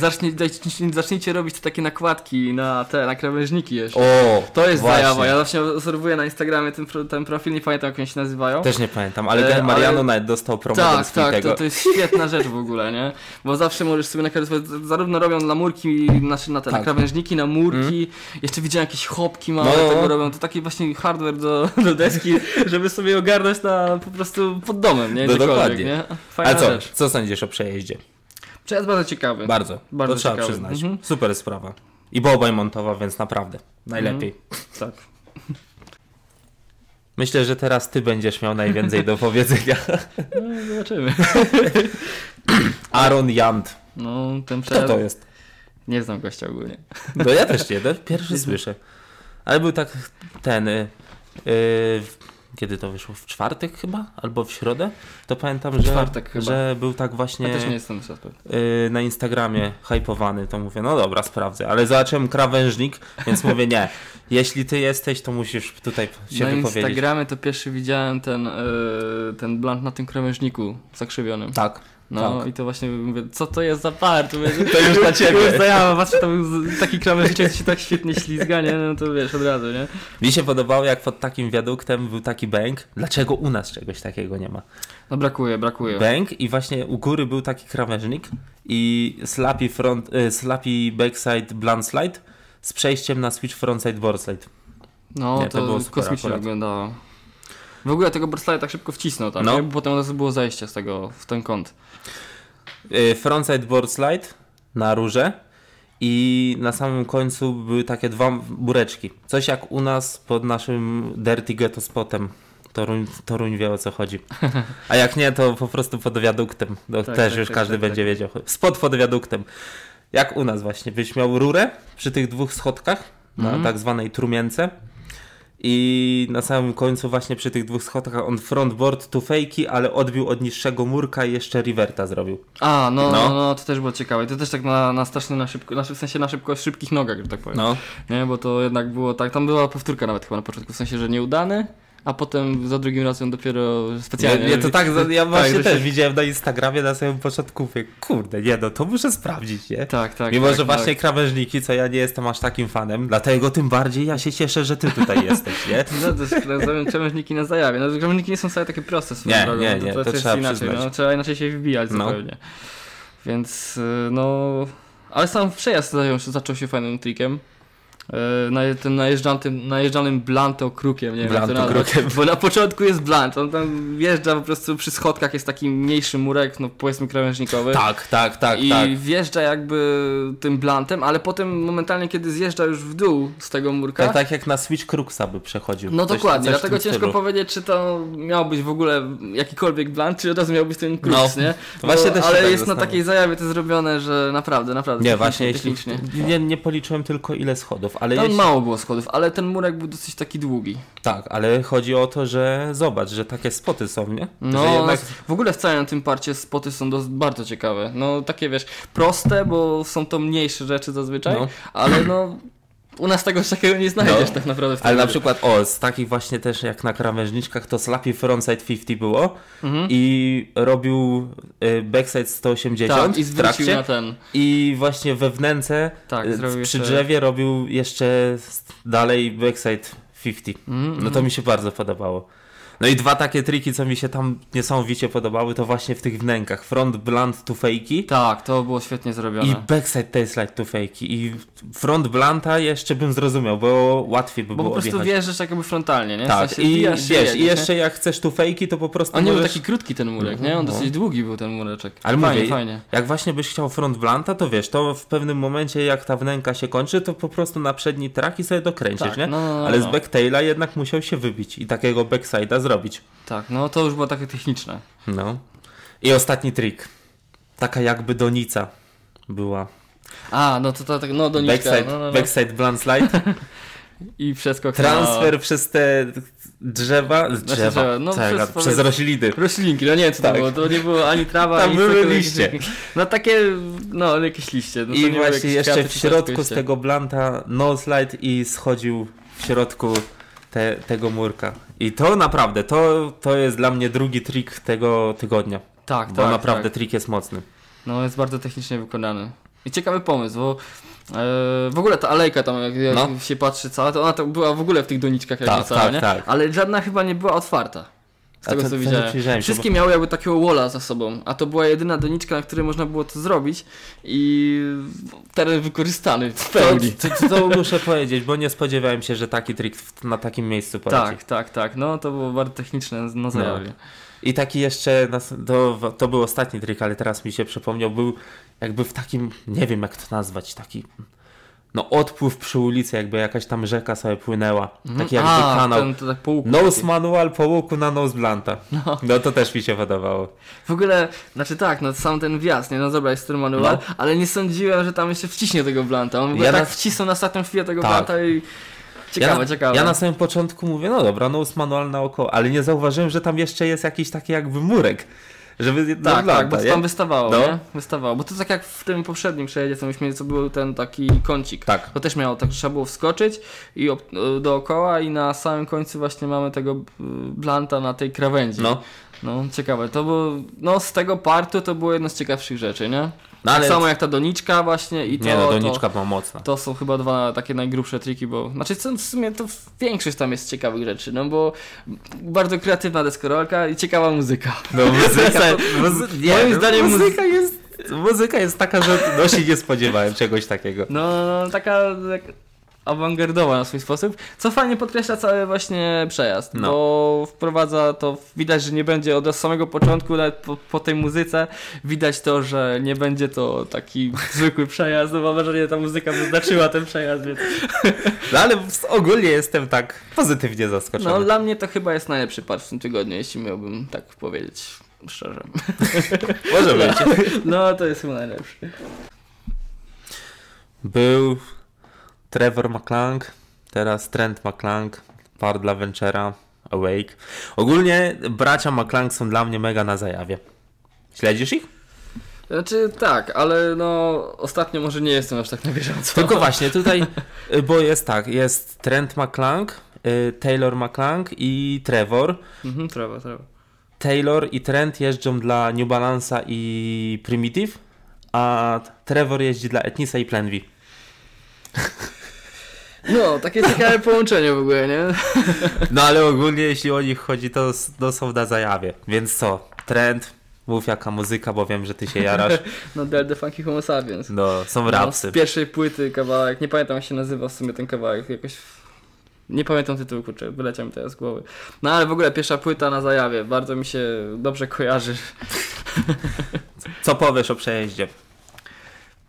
Zacznie, dajcie- zacznijcie robić te takie nakładki na te, na krawężniki jeszcze. O, To jest właśnie. zajawa. Ja zawsze obserwuję na Instagramie ten, pro, ten profil, nie pamiętam jak oni się nazywają. Też nie pamiętam, ale E, ten Mariano ale- nawet dostał promocję tak, tak, tego. to, to jest świetna rzecz w ogóle, nie? Bo zawsze możesz sobie nakreślać, zarówno robią na murki, znaczy na te Tak. na Mhm. krawężniki, na murki, jeszcze widziałem jakieś chopki małe, No. tego robią, to taki właśnie hardware do, do deski, żeby sobie ogarnąć na, po prostu pod domem, nie? No Gdziekolwiek, dokładnie. nie? Fajna A co, rzecz. co sądzisz o przejeździe? Przejazd bardzo ciekawy. Bardzo, Bardzo to trzeba ciekawy. przyznać. Mhm. Super sprawa. Mhm. I była obojmontowa, więc naprawdę najlepiej. tak. *laughs* Myślę, że teraz ty będziesz miał najwięcej do *laughs* powiedzenia. No, zobaczymy. Aaron Jant. No, ten Kto przejazd... to jest? Nie znam gościa ogólnie. No ja też nie, no, pierwszy słyszę. Ale był tak ten. y, y, kiedy to wyszło? W czwartek chyba? Albo w środę? To pamiętam, że, czwartek chyba. że był tak właśnie Ja też nie jestem suspekt. y, na Instagramie hypowany. To mówię, no dobra, sprawdzę. Ale zobaczyłem krawężnik, więc mówię, nie. Jeśli ty jesteś, to musisz tutaj się Na wypowiedzieć. Instagramie to pierwszy widziałem ten, yy, ten blunt na tym krawężniku zakrzywionym. Tak. No tak. i to właśnie mówię, co to jest za part? *laughs* Mówię, To już *laughs* dla ciebie. Już zajęła, patrzę, tam z- taki krawężniczek się tak świetnie ślizga, nie? No to wiesz, od razu, nie? Mi się podobało, jak pod takim wiaduktem był taki bęk. Dlaczego u nas czegoś takiego nie ma? No brakuje, brakuje. Bęk i właśnie u góry był taki krawężnik i slappy, front, y, slappy backside blunt slide z przejściem na switch frontside boardslide. No Nie, to to, było super kosmicznie akurat. wyglądało. W ogóle tego Borslaya tak szybko wcisnął, tak? No. No. Bo potem od razu było zejście z tego, w ten kąt. Y, frontside boardslide na rurze i na samym końcu były takie dwa bureczki. Coś jak u nas pod naszym Dirty Ghetto Spotem. Toruń, Toruń wie o co chodzi. A jak nie, to po prostu pod wiaduktem. No, Tak, też tak, już tak, każdy tak, będzie wiedział. Spot pod wiaduktem. Jak u nas właśnie. Byś miał rurę przy tych dwóch schodkach na Mhm. tak zwanej trumience. I na samym końcu właśnie przy tych dwóch schodkach on frontboard tu fejki, ale odbił od niższego murka i jeszcze reverta zrobił. A, no, No. no, no, to też było ciekawe. I To też tak na, na strasznie, na szybko, na, w sensie na szybko, szybkich nogach, że tak powiem. No, Nie, bo to jednak było tak, tam była powtórka nawet chyba na początku, w sensie, że nieudany, a potem za drugim razem dopiero specjalnie. Ja, ja to tak, za- ja właśnie że też się- widziałem na Instagramie na samym początku, mówię, kurde, nie no, to muszę sprawdzić, nie? Tak, tak. Mimo, tak, że tak. właśnie krawężniki, co ja nie jestem aż takim fanem, dlatego tym bardziej ja się cieszę, że ty tutaj *laughs* jesteś, nie? No to jest krawężniki na zajawie. No, krawężniki nie są wcale takie proste swoją Nie, drogą. nie, no, nie, to, to jest trzeba inaczej. przyznać. No, trzeba inaczej się wbijać No. zupełnie. Więc y, no... Ale sam przejazd zajął się, zaczął się fajnym trikiem. Y, Na tym najeżdżanym, najeżdżanym blanto krukiem, nie wiem jak to Blanto nazwać, krukiem. Bo na początku jest blant, on tam wjeżdża po prostu przy schodkach, jest taki mniejszy murek, no powiedzmy krawężnikowy. Tak, tak, tak, I tak. wjeżdża jakby tym blantem, ale potem momentalnie, kiedy zjeżdża już w dół z tego murka, Tak, tak jak na Switch Cruxa by przechodził. no Coś- dokładnie, coś w dlatego tym ciężko stylu. powiedzieć, czy to miał być w ogóle jakikolwiek blunt, czy od razu miał być ten klucz, No, nie? właśnie też się ale tak jest na zastanawiam. takiej zajawie to zrobione, że naprawdę, naprawdę. Nie, technicznie, właśnie jeśli... technicznie. Nie, nie policzyłem tylko ile schodów, ale Tam jeśli... mało było schodów, ale ten murek był dosyć taki długi. Tak, ale chodzi o to, że zobacz, że takie spoty są, nie? No, że jednak... w ogóle w całym tym parcie spoty są dos- bardzo ciekawe. No, takie wiesz, proste, bo są to mniejsze rzeczy zazwyczaj, No. ale no, u nas tego takiego nie znajdziesz No. tak naprawdę w tym Ale na murze. przykład, o, z takich właśnie też jak na krawężniczkach, to Slappy Frontside 50 było Mhm. i robił y, backside 180 Tak, i w zwrócił trakcie na ten. i właśnie we wnęce Tak, y, zrobił przy jeszcze- drzewie robił jeszcze s- dalej backside 50. Mm, No to mi się bardzo podobało. No i dwa takie triki, co mi się tam niesamowicie podobały, to właśnie w tych wnękach. Front blunt to fejki. Tak, to było świetnie zrobione. I backside tailslide to fejki. I front blanta jeszcze bym zrozumiał, bo łatwiej by Bo było po prostu objechać. wjeżdżasz jakby frontalnie, nie? W Tak, sensie i wbijasz wiesz, się i jedziesz, jeszcze jak chcesz tu fejki, to po prostu Nie? On nie był możesz... taki krótki ten murek, nie? On No. dosyć długi był ten mureczek. Ale fajnie, mówię, fajnie. Jak właśnie byś chciał front blanta, to wiesz, to w pewnym momencie jak ta wnęka się kończy, to po prostu na przedni track i sobie dokręcisz, Tak, nie? no, no, no, Ale z no. backtaila jednak musiał się wybić i takiego backside'a zrobić. Tak, no to już było takie techniczne. No. I ostatni trik. Taka jakby donica była. A, no to to tak, no doniczka. Backside, No, no, no. backside blunt *laughs* slide. I przeskok na- Transfer przez te drzewa, drzewa, drzewa, no, czeka, przez- przez, rośliny. Roślinki, no nie wiem co Tak. to było, to nie było ani trawa, Tam ani były cokolwiek. liście. No takie, no jakieś liście. No, to nie I były właśnie jakieś jeszcze kwiaty w czy środku z liście. tego blanta no slide i schodził w środku te, tego murka. I to naprawdę, to, to jest dla mnie drugi trik tego tygodnia. Tak, bo tak, naprawdę tak. trik jest mocny. No jest bardzo technicznie wykonany. I ciekawy pomysł, bo e, w ogóle ta alejka tam, jak, jak No. się patrzy cała, to ona tam była w ogóle w tych doniczkach jak Tak, rzucała, tak, nie? tak. Ale żadna chyba nie była otwarta. Z A tego to- co to nie widziałem. przyjrzałem się, Wszystkie miały jakby takiego walla za sobą, a to była jedyna doniczka, na której można było to zrobić i teren wykorzystany w pełni. To, to, to muszę *laughs* powiedzieć, bo nie spodziewałem się, że taki trik w- na takim miejscu poleci. Tak, tak, tak. No to było bardzo techniczne no, No, na zajawie. I taki jeszcze, nas- to, to był ostatni trik, ale teraz mi się przypomniał, był jakby w takim, nie wiem jak to nazwać, taki no odpływ przy ulicy, jakby jakaś tam rzeka sobie płynęła. Taki jakby No, A, kanał. Ten, to tak po łuku taki. Nose manual po łuku na nose blanta. No. to też mi się podobało. W ogóle, znaczy tak, no sam ten wjazd, nie no dobra, jest ten manual, No. ale nie sądziłem, że tam jeszcze wciśnie tego blanta. On w ogóle Ja tak na- wcisnął na ostatnią chwilę tego Tak. blanta i... Ciekawe, ja na, ciekawe. Ja na samym początku mówię, no dobra, nose manual na oko, ale nie zauważyłem, że tam jeszcze jest jakiś taki jakby murek. Żeby na Tak, blanta, tak, bo to nie? tam wystawało, No. nie? Wystawało, bo to tak jak w tym poprzednim przejeździe, co myśmy, co był ten taki kącik. Tak. To też miało, tak, że trzeba było wskoczyć i ob, dookoła i na samym końcu właśnie mamy tego y, blanta na tej krawędzi. No. No, ciekawe. To było, no z tego partu to było jedno z ciekawszych rzeczy, nie? No, tak ale- samo jak ta doniczka właśnie i to... nie no, to- doniczka była mocna. To są chyba dwa takie najgrubsze triki, bo znaczy co, w sumie to większość tam jest ciekawych rzeczy, no bo bardzo kreatywna deskorolka i ciekawa muzyka. No muzyka, muzy- nie, no, moim zdaniem muzy- muzyka jest... Muzyka jest taka, że no się nie spodziewałem czegoś takiego. No, no, no, taka jak awangardowa na swój sposób, co fajnie podkreśla cały właśnie przejazd, No. bo wprowadza to, widać, że nie będzie od samego początku, nawet po, po tej muzyce, widać to, że nie będzie to taki *laughs* zwykły przejazd, no mam wrażenie, że ta muzyka wyznaczyła ten przejazd, więc No ale w- ogólnie jestem tak pozytywnie zaskoczony. no dla mnie to chyba jest najlepszy part w tym tygodniu, jeśli miałbym tak powiedzieć szczerze. Może być. No, to jest chyba najlepszy. Był Trevor McClung, teraz Trent McClung, par dla Ventura, Awake. Ogólnie bracia McClung są dla mnie mega na zajawie. Śledzisz ich? Znaczy tak, ale no ostatnio może nie jestem aż tak na bieżąco. Tylko właśnie tutaj, y, bo jest tak, jest Trent McClung, y, Taylor McClung i Trevor. Mhm, trawa, trawa. Taylor i Trent jeżdżą dla New Balance'a i Primitive, a Trevor jeździ dla Etnisa i Plenvi. No, takie ciekawe połączenie w ogóle, nie? No ale ogólnie jeśli o nich chodzi, to, s- to są na zajawie. Więc co? Trend, mów jaka muzyka, bo wiem, że ty się jarasz. No, Del the Funky Homo Sapiens. No, są No, rapsy. z pierwszej płyty kawałek, nie pamiętam jak się nazywa w sumie ten kawałek, jakoś... Nie pamiętam tytułu, kurczę, wyleciał mi teraz z głowy. No ale w ogóle pierwsza płyta na zajawie, bardzo mi się dobrze kojarzy. Co powiesz o przejeździe?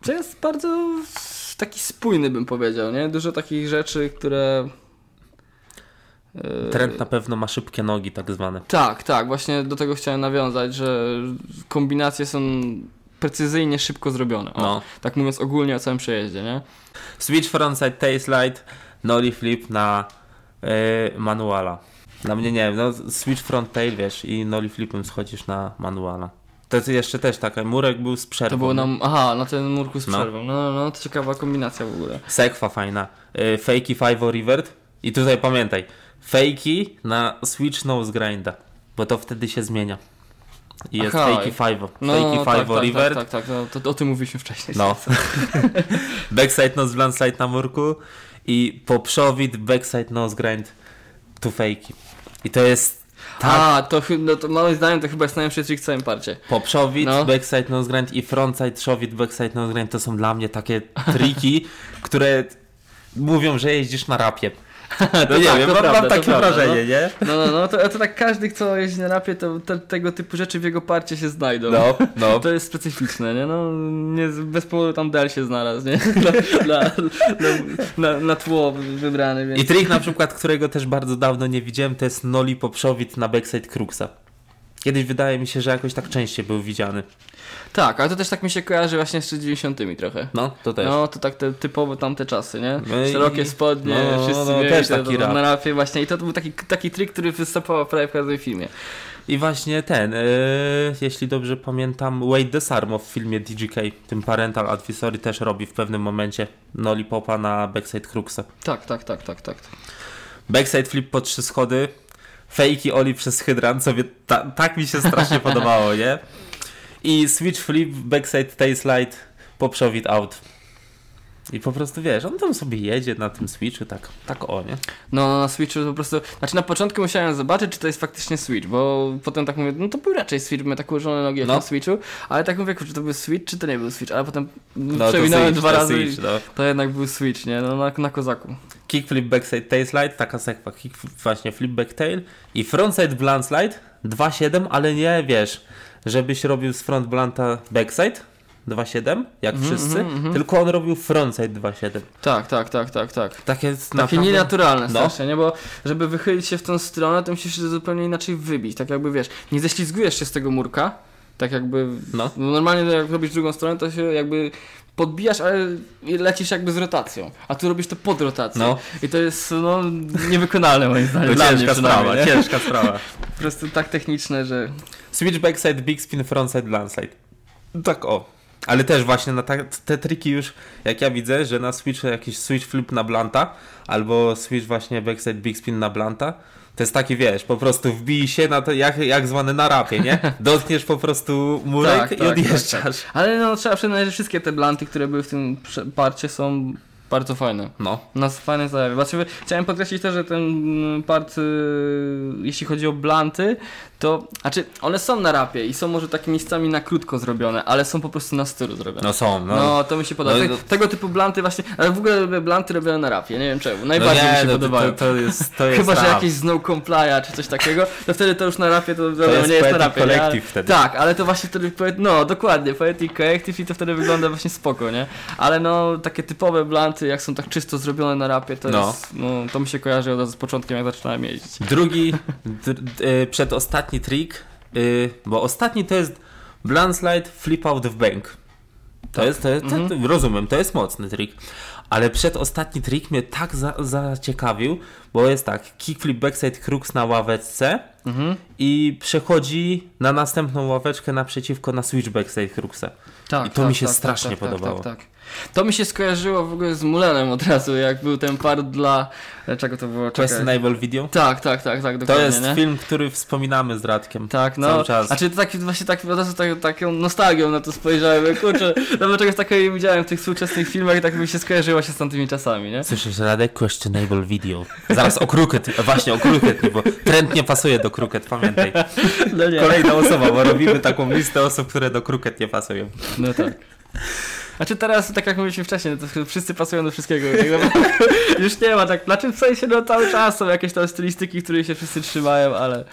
To jest bardzo taki spójny, bym powiedział, nie? Dużo takich rzeczy, które... yy, Trend na pewno ma szybkie nogi, tak zwane. Tak, tak, właśnie do tego chciałem nawiązać, że kombinacje są precyzyjnie szybko zrobione. O, No. Tak mówiąc ogólnie o całym przejeździe, nie? Switch frontside, tail light, nollie flip na yy, manuala. Dla mnie nie wiem, no switch front tail wiesz i nollie flipem schodzisz na manuala. To jest jeszcze też taka, murek był z przerwą. To było nam. Aha, na ten murku z No. przerwą. No, no, no, to ciekawa kombinacja w ogóle. Sekwa fajna. Y, Fakey Five Revert. I tutaj pamiętaj, fakey na Switch Nose Grinda, bo to wtedy się zmienia. I jest Aha, fakey Five. No, fakey Five no, tak, tak, Revert. tak, tak, tak, no, to, to o tym mówiliśmy wcześniej. No. *laughs* backside Nose Blindside na murku i poprzowid Backside Nose Grind to fakey. I to jest tak, A, to, chy- no, to moim zdaniem to chyba jest najlepszy trik w całym parcie. poprzowid, No. backside nose grind i frontside showid, backside nose grind to są dla mnie takie triki, *laughs* które mówią, że jeździsz na rapie. No nie tak, wiem, *laughs* to mam, prawda, mam to takie prawda, wrażenie, nie? No, no, no, to, to tak każdy, kto jeździ na rapie, to te, tego typu rzeczy w jego parcie się znajdą. No, no. *laughs* To jest specyficzne, nie? No, nie, bez powodu tam Del się znalazł, nie? *laughs* Na, na, na, na tło wy- wybrany, więc... I trik na przykład, którego też bardzo dawno nie widziałem, to jest Noli Poprzowit na backside Kruxa. Kiedyś wydaje mi się, że jakoś tak częściej był widziany. Tak, ale to też tak mi się kojarzy właśnie z 90 trochę. No, to też. No, to tak te typowe tamte czasy, nie? No i- Szerokie spodnie, no, no, wszyscy no, mieli też te- taki rap. na rapie właśnie i to był taki, taki trik, który występował prawie w każdym filmie. I właśnie ten, e, jeśli dobrze pamiętam, Wade Desarmo w filmie DGK, tym Parental Advisory też robi w pewnym momencie Noli Popa na backside Kruxa. Tak, tak, tak, tak, tak. tak. Backside flip po trzy schody, fejki Oli przez hydrant, sobie ta, tak mi się *laughs* strasznie podobało, nie? I switch flip, backside tail slide, poprzowid out. I po prostu wiesz, on tam sobie jedzie na tym switchu, tak, tak o, nie? No, no, na Switchu po prostu... Znaczy na początku musiałem zobaczyć, czy to jest faktycznie Switch, bo potem tak mówię, no to był raczej Switch, miał tak ułożone nogi jak No. na Switchu, ale tak mówię, czy to był Switch, czy to nie był Switch, ale potem No, to przewinąłem switch, dwa to razy i Switch, no. to jednak był Switch, nie? No, na, na kozaku. Kickflip, backside tail slide, taka sekwa, kick, właśnie flip back tail i frontside blunt slide, 2-7, ale nie, wiesz, żebyś robił z front blunta backside, 2.7, jak Mhm, wszyscy, tylko on robił frontside 2.7. Tak, tak, tak, tak, tak. Tak jest Takie naprawdę- nienaturalne No. strasznie, nie? Bo żeby wychylić się w tą stronę, to musisz się zupełnie inaczej wybić. Tak jakby wiesz, nie ześlizgujesz się z tego murka, tak jakby. No. Normalnie jak robisz drugą stronę, to się jakby podbijasz, ale lecisz jakby z rotacją. A tu robisz to pod rotacją. No. I to jest no, niewykonalne moim zdaniem. To Dla mnie ciężka przynajmniej. sprawa, nie? ciężka sprawa. Po prostu tak techniczne, że. *laughs* Switch backside, big spin, frontside, landslide. Tak o. Ale też właśnie na ta, te triki już, jak ja widzę, że na switch jakiś switch flip na blanta, albo switch właśnie backside, big spin na blanta, to jest taki, wiesz, po prostu wbij się na to, jak, jak zwany na rapie, *laughs* nie? Dotkniesz po prostu murek Tak, i tak, odjeżdżasz. tak, tak. Ale no trzeba przyznać, że wszystkie te blanty, które były w tym prze- parcie są bardzo fajne. No. Nas fajne zajawia. Właściwie chciałem podkreślić też, że ten mm, part, y, jeśli chodzi o blanty, to znaczy one są na rapie i są może takimi miejscami na krótko zrobione, ale są po prostu na stylu zrobione. No są, no. No, to mi się podoba. No i Te- to- Tego typu blanty właśnie, ale w ogóle lubię blanty robione na rapie, nie wiem czemu. Najbardziej no mi się no podobają. To, to jest, to jest Chyba, że rap. jakieś Snow Complya czy coś takiego, to wtedy to już na rapie to, wiadomo, jest nie jest na Poetic rapie. nie? Collective Ale- wtedy. Tak, ale to właśnie wtedy, poet- no dokładnie, Poetic Collective i to wtedy wygląda właśnie spoko, nie? Ale no, takie typowe blanty, jak są tak czysto zrobione na rapie, to No. jest, no, to mi się kojarzy od razu z początkiem, jak zaczynałem jeździć. Drugi, d- d- y, przedostatni trik, y, bo ostatni to jest Blindslide Flip Out of Bank. Tak. To jest, to, jest- to, Mhm. to, rozumiem, to jest mocny trik. Ale przedostatni trik mnie tak za, zaciekawił, bo jest tak, kickflip backside crux na ławeczce Mhm. i przechodzi na następną ławeczkę naprzeciwko na switch backside cruxa. Tak, I to mi się strasznie podobało. Tak, tak, To mi się skojarzyło w ogóle z Mulenem od razu, jak był ten part dla... e, Czego to było? Czekaj. Questionable video. Tak, tak, tak, tak, dokładnie, To jest nie? film, który wspominamy z Radkiem. Tak, no. Cały czas. Znaczy to tak, właśnie tak, od razu tak, taką nostalgią na to spojrzałem. jak, Kurczę, *laughs* dawno czegoś takiego nie widziałem w tych współczesnych filmach i tak mi się skojarzyło się z tamtymi *laughs* czasami, nie? Słyszysz, Radek, questionable video. Zaraz o kruket, właśnie o kruket, bo trend nie pasuje do kruket, pamiętaj. No nie. Kolejna osoba, bo robimy taką listę osób, które do kruket nie pasują. No tak. Znaczy teraz, tak jak mówiliśmy wcześniej, no to wszyscy pasują do wszystkiego. nie? No, *laughs* Już nie ma tak, znaczy w sensie no cały czas są jakieś tam stylistyki, których się wszyscy trzymają, ale...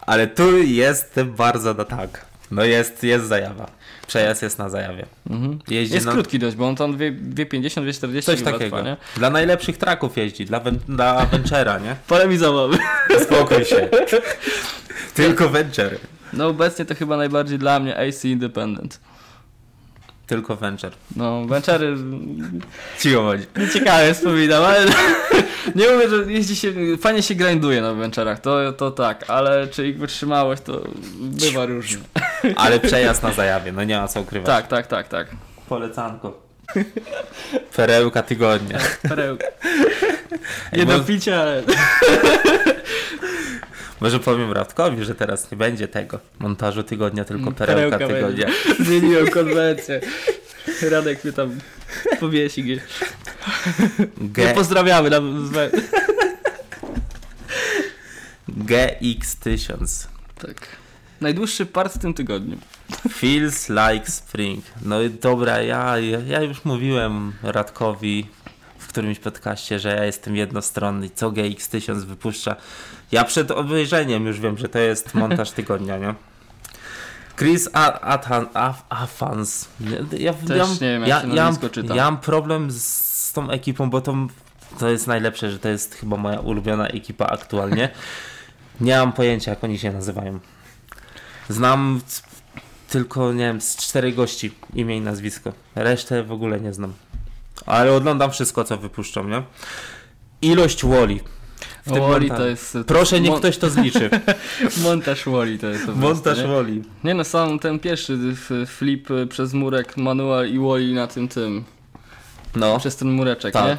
Ale tu jestem bardzo na tak. No jest, jest zajawa. Przejazd jest na zajawie. Jeździ Mhm. Jest na... krótki dość, bo on tam dwie- 2,50, 2,40 Coś chyba takiego. trwa, nie? Dla najlepszych traków jeździ, dla, wen- dla Venture'a, nie? Polemizowałbym. Spokój się. Tylko Venture. *laughs* No obecnie to chyba najbardziej dla mnie AC Independent. Tylko Venture. No, Ventury Cicho chodzi. Ciekawe wspominam, ale *laughs* nie mówię, że jeździ się, fajnie się grinduje na węczarach, to, to tak, ale czy ich wytrzymałość to bywa różnie. Ale przejazd na zajawie, no nie ma co ukrywać. Tak, tak, tak, tak. Polecanko. Perełka tygodnia. Perełka. Nie do picia, ale... *laughs* Może powiem Radkowi, że teraz nie będzie tego montażu tygodnia, tylko perełka perełka, tygodnia. Zmieniłem konwencję. Radek mnie tam powiesi gdzieś. Nie G- pozdrawiamy nam z GX1000. Tak. Najdłuższy part w tym tygodniu. Feels like spring. No i dobra, ja, ja już mówiłem Radkowi w którymś podcaście, że ja jestem jednostronny. Co GX1000 wypuszcza? Ja przed obejrzeniem już wiem, że to jest *laughs* montaż tygodnia, nie? Chris A- Athan, A- Afans. Ja, ja, Też ja, nie wiem, jak ja, się ja, nazwisko czyta. ja mam problem z, z tą ekipą, bo to, to jest najlepsze, że to jest chyba moja ulubiona ekipa aktualnie. Nie mam pojęcia, jak oni się nazywają. Znam c- tylko, nie wiem, z czterech gości imię i nazwisko. Resztę w ogóle nie znam. Ale oglądam wszystko, co wypuszczą, nie? Ilość Woli. W tym Woli monta- to jest... to tak. Proszę, jest niech mon- ktoś to *laughs* zliczy. Montaż Woli to jest. po prostu, Montaż nie? Woli. Nie no, sam ten pierwszy f- flip y, przez murek, manual i woli na tym tym, No. przez ten mureczek, Tak. nie?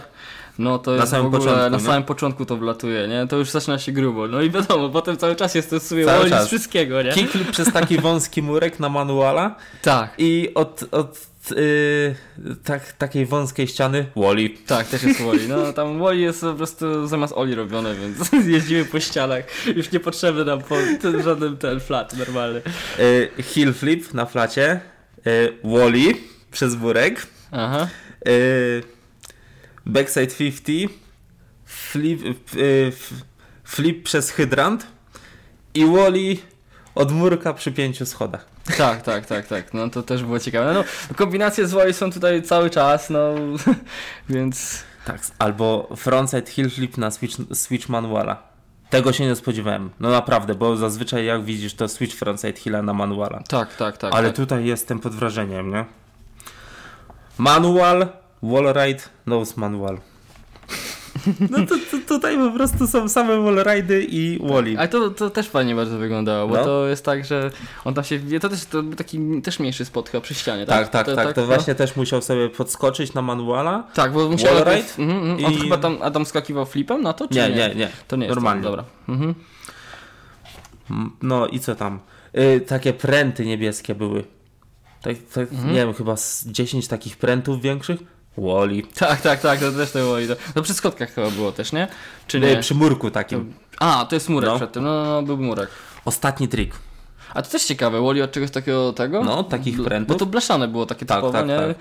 No to Na jest samym w ogóle, początku, na nie? samym początku to wlatuje, nie? To już zaczyna się grubo. No i wiadomo, potem cały czas jest to sobie Cały woli z czas. wszystkiego, nie? Kickflip przez taki wąski murek na manuala Tak, i od, od y, tak, takiej wąskiej ściany Woli. tak, też jest woli. No tam woli jest po prostu zamiast oli robione, więc *laughs* jeździmy po ścianach. Już niepotrzebny nam po, ten, żaden ten flat normalny. Y, heel flip na flacie. Y, Woli przez murek. Aha. Y, backside 50. y, Flip, y, f- flip przez hydrant. I Woli od murka przy pięciu schodach. Tak, tak, tak, tak. No to też było ciekawe. No, no kombinacje złoi są tutaj cały czas, no *laughs* więc Tak, albo frontside heel flip na switch, switch manuala. Tego się nie spodziewałem. No naprawdę, bo zazwyczaj jak widzisz to switch frontside heela na manuala. tak, tak, tak. Ale tak. tutaj jestem pod wrażeniem, nie? Manual, wall ride, nose manual. No to, to tutaj po prostu są same wall ride'y i wally. Ale to, to też fajnie bardzo wyglądało, bo No. to jest tak, że on tam się. ja To też to był taki też mniejszy spot chyba przy ścianie, tak? Tak, tak, tak. To no. właśnie też musiał sobie podskoczyć na manuala. Tak, bo musiał. Wallride najpierw- Mhm, mhm. On i- chyba tam Adam skakiwał flipem na to, czy Nie, nie? nie, nie. To Mm, nie jest Normalnie. To, dobra. Mhm. *laughs* M- No i co tam? Y, takie pręty niebieskie były. Tak, tak, Mhm. Nie wiem, chyba z 10 takich prętów większych. Wally. Tak, tak, tak, to też to było. i To, to przy skotkach chyba było też, nie? Czy Y, nie? Przy murku takim. A, to jest murek No. przed tym, no, no, no, był murek. Ostatni trik. A to też ciekawe, Woli od czegoś takiego tego? No, takich Bo prętów. to blaszane było takie Tak, typowe, tak, nie? tak.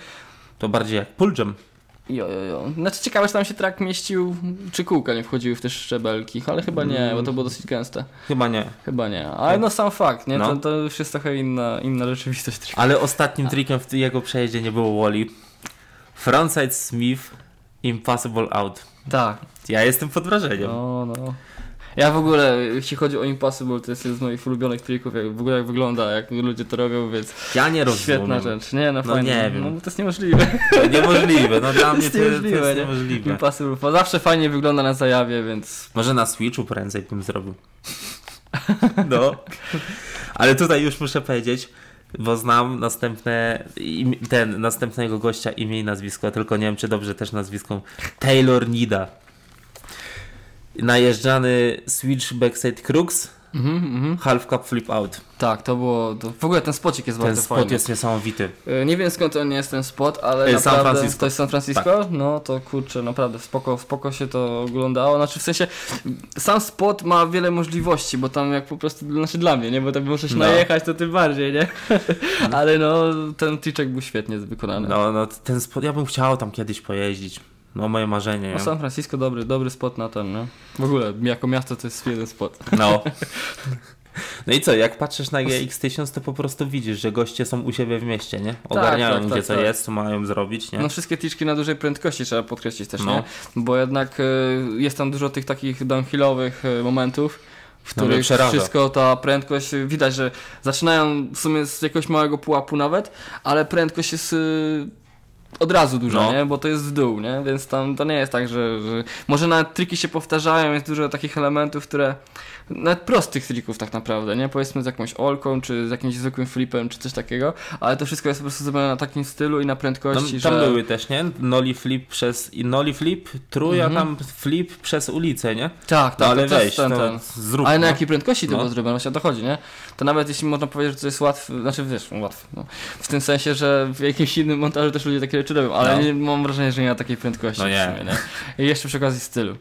To bardziej jak pull jump. Jo, jo, jo. Znaczy ciekawe, czy tam się trak mieścił, czy kółka nie wchodziły w te szczebelki, ale chyba nie, bo to było dosyć gęste. Chyba nie. Chyba nie, ale no sam fakt, nie? No. To, to już jest trochę inna, inna rzeczywistość. trochę. Ale ostatnim trikiem w jego przejeździe nie było Wally. Frontside Smith, Impossible Out. Tak, Ja jestem pod wrażeniem. no, no. Ja w ogóle, jeśli chodzi o Impossible, to jest jeden z moich ulubionych trików, jak, w ogóle jak wygląda, jak ludzie to robią, więc Ja nie rozumiem. świetna rzecz. Nie, no, No fajnie. nie wiem. No, bo to *laughs* jest niemożliwe. To niemożliwe. No dla mnie to, to jest niemożliwe, nie? niemożliwe. Impossible, bo zawsze fajnie wygląda na zajawie, więc Może na Switchu prędzej bym zrobił. No. Ale tutaj już muszę powiedzieć, bo znam następne, im- ten, następnego gościa imię i nazwisko, tylko nie wiem, czy dobrze też nazwisko. Taylor Nida. Najeżdżany Switch Backside Crux, Half Cup Flip Out. Mhm, tak, to było, No to... w ogóle ten spocik jest Ten bardzo spot fajny. jest niesamowity. E, Nie wiem skąd on jest ten spot, ale E, naprawdę San Francisco. Tak. to jest San Francisco? No to kurczę, naprawdę spoko, spoko się to oglądało. Znaczy w sensie sam spot ma wiele możliwości, bo tam jak po prostu, znaczy dla mnie, nie? Bo tam muszę się No. najechać, to tym *laughs* bardziej, nie? ale no ten triczek był świetnie wykonany. No. No, no ten spot, ja bym chciał tam kiedyś pojeździć. No moje marzenie. nie? San Francisco dobry, dobry spot na ten, no. W ogóle jako miasto to jest jeden spot. No. *laughs* No i co, jak patrzysz na GX1000, to po prostu widzisz, że goście są u siebie w mieście, nie? Ogarniają tak, gdzie tak, co tak. jest, co mają zrobić, nie? No wszystkie ticzki na dużej prędkości trzeba podkreślić też, No. nie? Bo jednak y, jest tam dużo tych takich downhillowych y, momentów, w No, mnie których przeraża. wszystko ta prędkość, y, widać, że zaczynają w sumie z jakiegoś małego pułapu nawet, ale prędkość jest y, od razu duża, No. nie? Bo to jest w dół, nie? Więc tam to nie jest tak, że, że... Może nawet triki się powtarzają, jest dużo takich elementów, które... Nawet prostych trików tak naprawdę, nie? Powiedzmy z jakąś olką, czy z jakimś zwykłym flipem, czy coś takiego, ale to wszystko jest po prostu zrobione na takim stylu i na No, prędkości, tam że... były też, nie? Noli flip przez... i Noli flip, truja tam flip przez ulicę, nie? Tak, No tak, ale Mhm. to weź, jest ten, no, ten. zrób. Ale na no. jakiej prędkości to No. było zrobione, właśnie o to chodzi, nie? To nawet jeśli można powiedzieć, że to jest łatwe, znaczy wiesz, łatwe, no. w tym sensie, że w jakimś innym montażu też ludzie takie rzeczy robią, ale No. nie, mam wrażenie, że nie na takiej prędkości No nie. w sumie, nie? I jeszcze przy okazji stylu.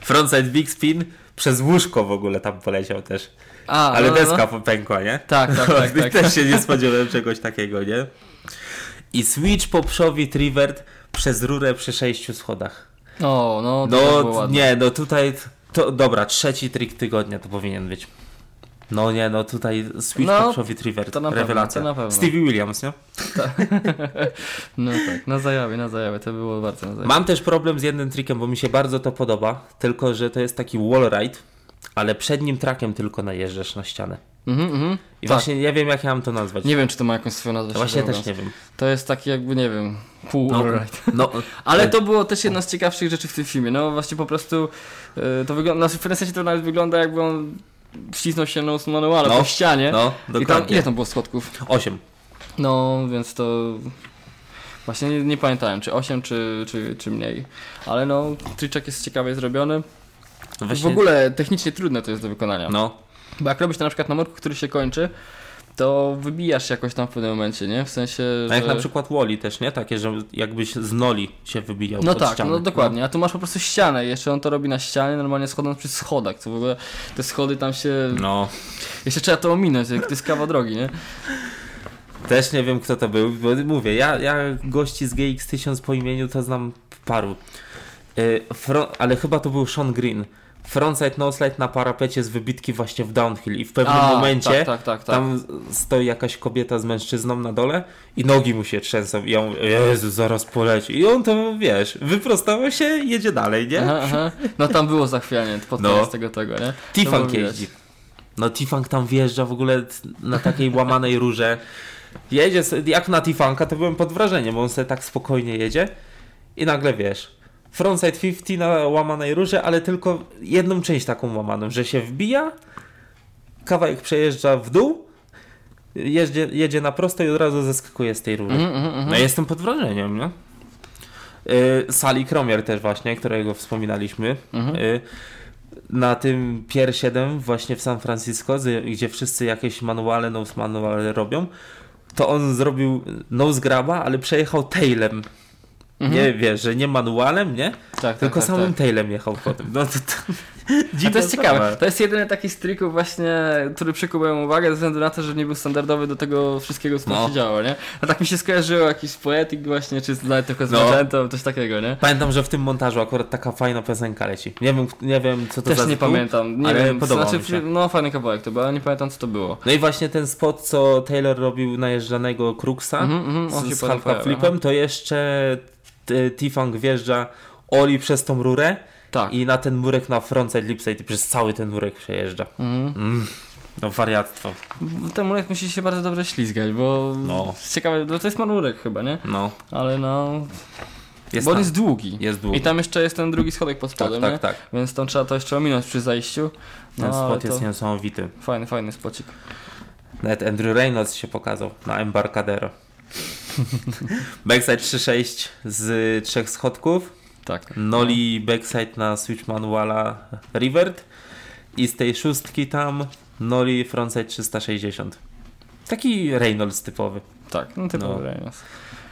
Frontside big spin przez łóżko w ogóle tam poleciał też. A, Ale no, no, deska popękła, nie? Tak, tak, tak, No, *laughs* tak. Też się nie spodziewałem czegoś takiego, nie? I switch po przowie revert przez rurę przy sześciu schodach. No, o, no, to też było No ładne. nie, no tutaj to dobra, trzeci trik tygodnia to powinien być. No nie, no tutaj Switch No, no, Patrzowi River, to na pewno, rewelacja. to na pewno. Stevie Williams, nie? No tak, na zajawie, na zajawie, to było bardzo na zajawie. Mam też problem z jednym trikiem, bo mi się bardzo to podoba, tylko że to jest taki wall ride, ale przednim trakiem tylko najeżdżasz na ścianę. Mhm, mhm. I Tak. właśnie nie wiem jak ja mam to nazwać. Nie no. wiem, czy to ma jakąś swoją nazwę. To właśnie szczerze też nie mówiąc. *laughs* wiem. To jest taki jakby, nie wiem, pół No, no, Ale to było też jedna z ciekawszych rzeczy w tym filmie. No właśnie po prostu y, to wygląda, znaczy w pewnym sensie to nawet wygląda jakby on wcisnął się na manuala No, po ścianie. no, I tam ile dokładnie. tam było schodków? 8. No, więc to właśnie nie, nie pamiętałem, czy 8 czy, czy, czy mniej. Ale no, triczek jest ciekawie zrobiony. W ogóle technicznie trudne to jest do wykonania. No, Bo jak robisz to na przykład na morku, który się kończy, to wybijasz się jakoś tam w pewnym momencie, nie? W sensie, a jak że... na przykład Wally też, nie? Takie, że jakbyś z noli się wybijał No od tak, ściany. no dokładnie, a tu masz po prostu ścianę, jeszcze on to robi na ścianie, normalnie schodząc przy schodach, co w ogóle te schody tam się, No. jeszcze trzeba to ominąć, jak to jest kawa drogi, nie? Też nie wiem, kto to był, bo mówię, ja, ja gości z GX1000 po imieniu to znam paru. Y, fro, ale chyba to był Sean Green, frontside, noslide na parapecie z wybitki właśnie w downhill i w pewnym A, momencie tak, tak, tak, tak. tam stoi jakaś kobieta z mężczyzną na dole i nogi mu się trzęsą i ja mówię, Jezu, zaraz poleci. I on to, wiesz, wyprostował się jedzie dalej, nie? Aha, aha. No tam było zachwianie pod No. koniec tego tego, nie? To było T-Funk widać. jeździ. No T-Funk tam wjeżdża w ogóle t- na takiej łamanej rurze. Jedzie, se- jak na T-Funka to byłem pod wrażeniem, bo on sobie tak spokojnie jedzie i nagle wiesz, frontside 50 na łamanej rurze, ale tylko jedną część taką łamaną, że się wbija, kawałek przejeżdża w dół, jeździe, jedzie na prosto i od razu zeskakuje z tej rury. Mhm, mhm, mhm. No jestem pod wrażeniem, nie? Y, Sali Kromier też właśnie, którego wspominaliśmy. Mhm. Y, na tym Pier 7 właśnie w San Francisco, z- gdzie wszyscy jakieś manuale, nose manuale robią, to on zrobił nose graba, ale przejechał tailem. Nie wiesz, że nie manualem, nie? tak, Tylko Mhm. tak, samym tak. tailem jechał potem. No to, to, A to dziwna jest ciekawe. To jest jedyny taki z trików właśnie, który przykuł moją uwagę ze względu na to, że nie był standardowy do tego wszystkiego, co tam No. się działo, nie? A tak mi się skojarzyło jakiś poetyk właśnie, czy nawet tylko z No. Magentą, coś takiego, nie? Pamiętam, że w tym montażu akurat taka fajna piosenka leci. Nie wiem, nie wiem co to Też za nie zespół, pamiętam. Nie ale wiem, to podobał znaczy, mi się. no fajny kawałek to był, ale nie pamiętam co to było. No i właśnie ten spot, co Taylor robił najeżdżanego Kruksa Mhm, mhm, on się z, z potem Halka pojawia, Flipem, to jeszcze t- T-Funk wjeżdża Oli przez tą rurę Tak. i na ten murek na frontside, lipside i przez cały ten murek przejeżdża. Mhm. Mm. No wariactwo. Ten murek musi się bardzo dobrze ślizgać, bo No. ciekawe, bo to jest manurek chyba, nie? No. Ale no, Jest, bo on tam. jest długi. jest długi. I tam jeszcze jest ten drugi schodek pod tak, spodem, tak, nie? tak. Więc tam trzeba to jeszcze ominąć przy zajściu. No, Ten ale spot to jest niesamowity. Fajny, fajny spocik. Nawet Andrew Reynolds się pokazał na *laughs* Embarcadero. backside 3.6 z trzech schodków. Tak. Noli backside na switch manuala revert i z tej szóstki tam Noli frontside 360. Taki Reynolds typowy. Tak, no typowy No. Reynolds.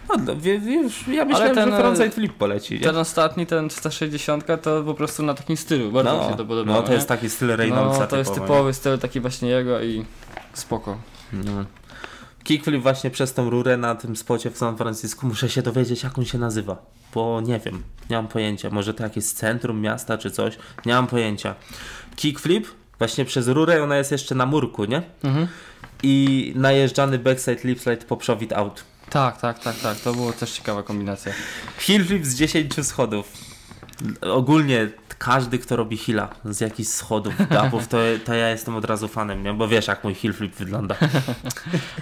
No, no wie- wiesz, ja myślałem, ten, że e, frontside flip poleci. Nie? Ten ostatni, ten 360 to po prostu na takim stylu, bardzo mi się to no, podobało. no to jest nie? taki styl Reynoldsa No, to jest nie? typowy styl taki właśnie jego i spoko. No. Kickflip właśnie przez tą rurę na tym spocie w San Francisco. Muszę się dowiedzieć, jak on się nazywa, bo nie wiem, nie mam pojęcia. Może to jakieś centrum miasta czy coś, nie mam pojęcia. Kickflip właśnie przez rurę, ona jest jeszcze na murku, nie? Mhm. I najeżdżany backside lipslide po przowid out. Tak, tak, tak, tak, to było też ciekawa kombinacja. Hillflip z 10 schodów. Ogólnie każdy, kto robi hila z jakichś schodów, dapów, to, to ja jestem od razu fanem, nie? bo wiesz, jak mój hillflip wygląda.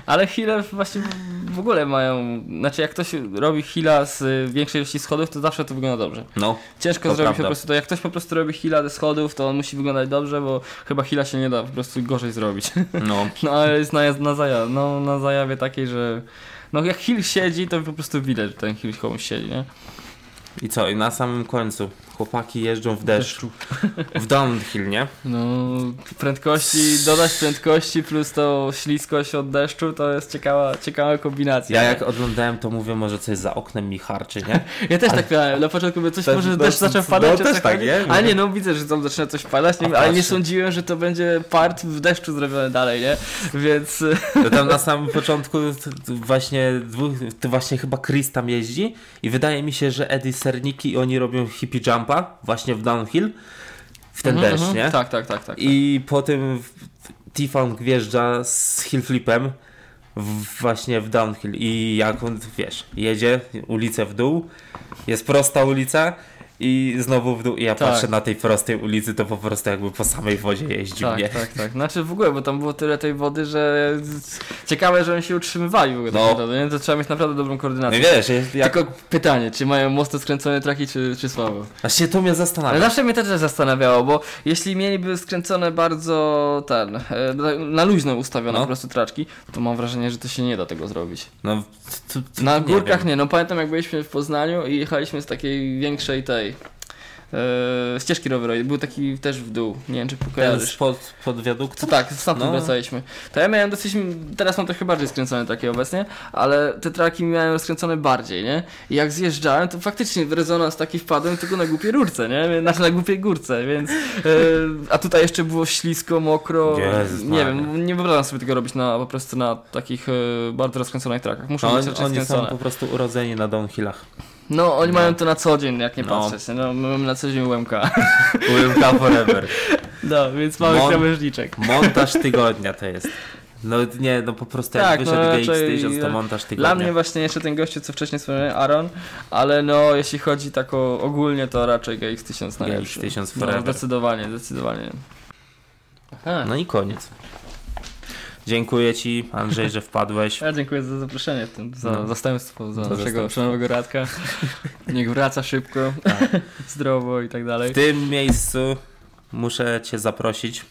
Ale healer właśnie w ogóle mają, znaczy jak ktoś robi heala z y, większej ilości schodów, to zawsze to wygląda dobrze. No, Ciężko To zrobić prawda. po prostu to. Jak ktoś po prostu robi heala ze schodów, to on musi wyglądać dobrze, bo chyba heala się nie da po prostu gorzej zrobić. *laughs* no. No ale jest na, na, zaja- no, na zajawie takiej, że no jak Hill siedzi, to po prostu widać, że ten Hill komuś siedzi, nie? I co? I na samym końcu chłopaki jeżdżą w deszczu. W downhill, *laughs* nie? No prędkości, dodać prędkości plus tą śliskość od deszczu, to jest ciekawa, ciekawa kombinacja. Ja nie? jak oglądałem, to mówię, może coś za oknem mi harczy, *laughs* nie? ja też tak miałem, na początku mówię, coś Też- może no, deszcz zaczął no, padać, też coś tak, chodzi. nie? Ale nie, no widzę, że tam zaczyna coś padać, nie, A ale nie patrzę. sądziłem, że to będzie part w deszczu zrobiony dalej, nie? Więc To tam na samym początku t- t- właśnie dwóch, to właśnie chyba Chris tam jeździ i wydaje mi się, że Eddie Serniki i oni robią hippie jumpa właśnie w downhill w ten Mhm, deszcz, mhm. nie? Tak, tak, tak, tak. I potem w- T-Funk wjeżdża z hillflipem w, właśnie w downhill i jak on, wiesz, jedzie ulicę w dół, jest prosta ulica i znowu w dół i ja Tak. patrzę na tej prostej ulicy, to po prostu jakby po samej wodzie jeździł, Tak, nie? tak, tak. Znaczy w ogóle, bo tam było tyle tej wody, że ciekawe, że oni się utrzymywali w ogóle tak No. naprawdę, nie? To trzeba mieć naprawdę dobrą No koordynację. i wiesz, jest jak... Tylko pytanie, czy mają mocno skręcone traki, czy, czy słabo? Aż się to mnie zastanawia. Ale zawsze mnie to też zastanawiało, bo jeśli mieliby skręcone bardzo ten, e, na- na luźno ustawione No. po prostu traczki, to mam wrażenie, że to się nie da tego zrobić. No, t- t- t- Na nie górkach wiem. nie, no pamiętam jak byliśmy w Poznaniu i jechaliśmy z takiej większej tej e, ścieżki rowerowej, był taki też w dół, nie wiem czy Ten kojarzysz. spod, pod Co wiaduktem? tak, stamtąd No. wracaliśmy. To ja miałem dosyć, teraz mam trochę bardziej skręcone takie obecnie, ale te traki miałem rozkręcone bardziej, nie? I jak zjeżdżałem, to faktycznie w rezonans taki wpadłem tylko na głupiej rurce, nie? Znaczy na głupiej górce, więc... e, a tutaj jeszcze było ślisko, mokro, Jezus nie Maria. wiem, nie wyobrażam sobie tego robić na, po prostu na takich e, bardzo rozkręconych trakach. Muszą No, być oni, raczej oni są skręcone. po prostu urodzeni na downhillach. No, oni mają to na co dzień, jak nie patrzeć. No, my mamy na co dzień UMK. UMK Forever. *laughs* No, więc mamy Mon- krawężniczek. Montaż tygodnia to jest. No nie, no po prostu jak Tak, no wyszedł raczej- DX1000 to montaż tygodnia. Dla mnie właśnie jeszcze ten gościu, co wcześniej wspomniałem, Aaron, ale no, jeśli chodzi tak o, ogólnie, to raczej GX1000 najlepszy. GX1000 No, forever. zdecydowanie, zdecydowanie. Aha. No i koniec. Dziękuję Ci, Andrzej, że wpadłeś. Ja dziękuję za zaproszenie, w tym, za No. zastępstwo, za Za naszego zastępstwo. szanownego *laughs* Radka. Niech wraca szybko, *laughs* zdrowo i tak dalej. W tym miejscu muszę Cię zaprosić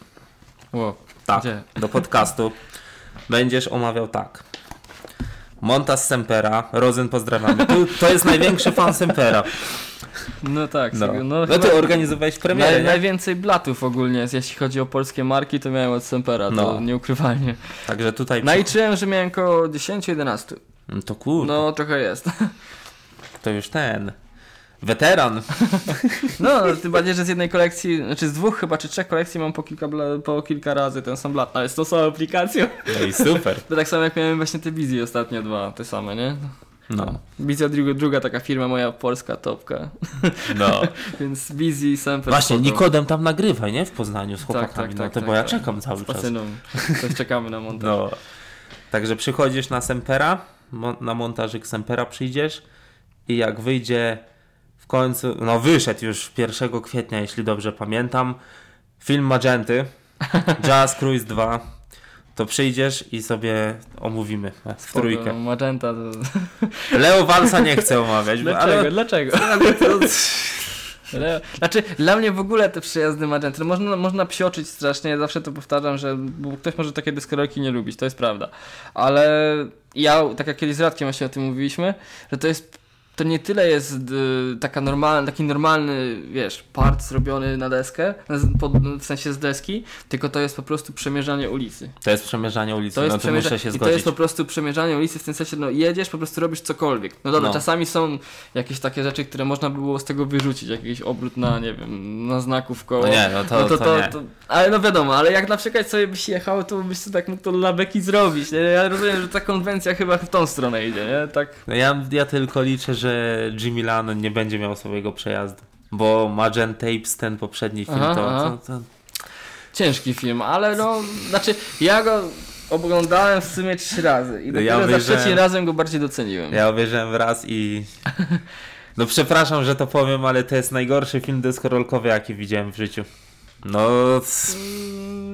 Ło, Tak. Gdzie? do podcastu. Będziesz omawiał tak. Montas Sempera, Rozen pozdrawiamy. Tu, to jest największy fan Sempera. No tak, No, sobie- no, chyba ty organizowałeś premierę, naj, nie? Najwięcej blatów ogólnie, jest, jeśli chodzi o polskie marki, to miałem od Sempera, to No. nieukrywalnie. Także tutaj... Naliczyłem, że miałem około 10-11. To kurde, No trochę jest. to już ten... Weteran. No, tym bardziej, że z jednej kolekcji, znaczy z dwóch chyba, czy trzech kolekcji mam po kilka, bla- po kilka razy ten sam blat, ale z tą samą aplikacją. *laughs* No i super. To tak samo jak miałem właśnie te wizje ostatnio dwa, te same, nie? No, Bizja druga, druga taka firma moja polska topka, *laughs* no. więc Bizji sam Właśnie, Nikodem tam nagrywa, nie? W Poznaniu z chłopakami. tak, no tak, to tak, bo ja tak. czekam cały czas. Pasyną. Też czekamy na montaż. No. Także przychodzisz na Sempera, mon- na montażyk Sempera przyjdziesz i jak wyjdzie w końcu, no wyszedł już 1 kwietnia, jeśli dobrze pamiętam, film *laughs* Magenty, Jazz Cruise 2, to przyjdziesz i sobie omówimy w Spoko, trójkę. Magenta to... Leo Walsa nie chcę omawiać, bo, Dlaczego? *laughs* ale Dlaczego? Ale- Znaczy, dla mnie w ogóle te przyjazdy Magenty, no można, można psioczyć strasznie, ja zawsze to powtarzam, że bo ktoś może takie deskorolki nie lubić, to jest prawda. Ale ja, tak jak kiedyś z Radkiem właśnie o tym mówiliśmy, że to jest, to nie tyle jest y, taka normalna, taki normalny, wiesz, part zrobiony na deskę, na z- pod, w sensie z deski, tylko to jest po prostu przemierzanie ulicy. to jest przemierzanie ulicy, To jest, no to przemierza- muszę się I to jest zgodzić. po prostu przemierzanie ulicy w tym sensie, no jedziesz, po prostu robisz cokolwiek. No dobra, No. czasami są jakieś takie rzeczy, które można by było z tego wyrzucić, jakiś obrót na, nie wiem, na znaku w koło. No nie, no to, No to, nie. ale no wiadomo, ale jak na przykład sobie byś jechał, to byś sobie tak mógł to dla beki zrobić. Nie? Ja rozumiem, że ta konwencja chyba w tą stronę idzie, nie? Tak. No ja, ja tylko liczę, że Jimmy Lano nie będzie miał swojego przejazdu. Bo Magen Tapes, ten poprzedni film, Aha, to, aha. to, to Ciężki film, ale no, znaczy ja go oglądałem w sumie trzy razy i No ja dopiero za obejrzałem- trzecim razem go bardziej doceniłem. ja obejrzałem raz *laughs* i... No przepraszam, że to powiem, ale to jest najgorszy film deskorolkowy, jaki widziałem w życiu. No, c-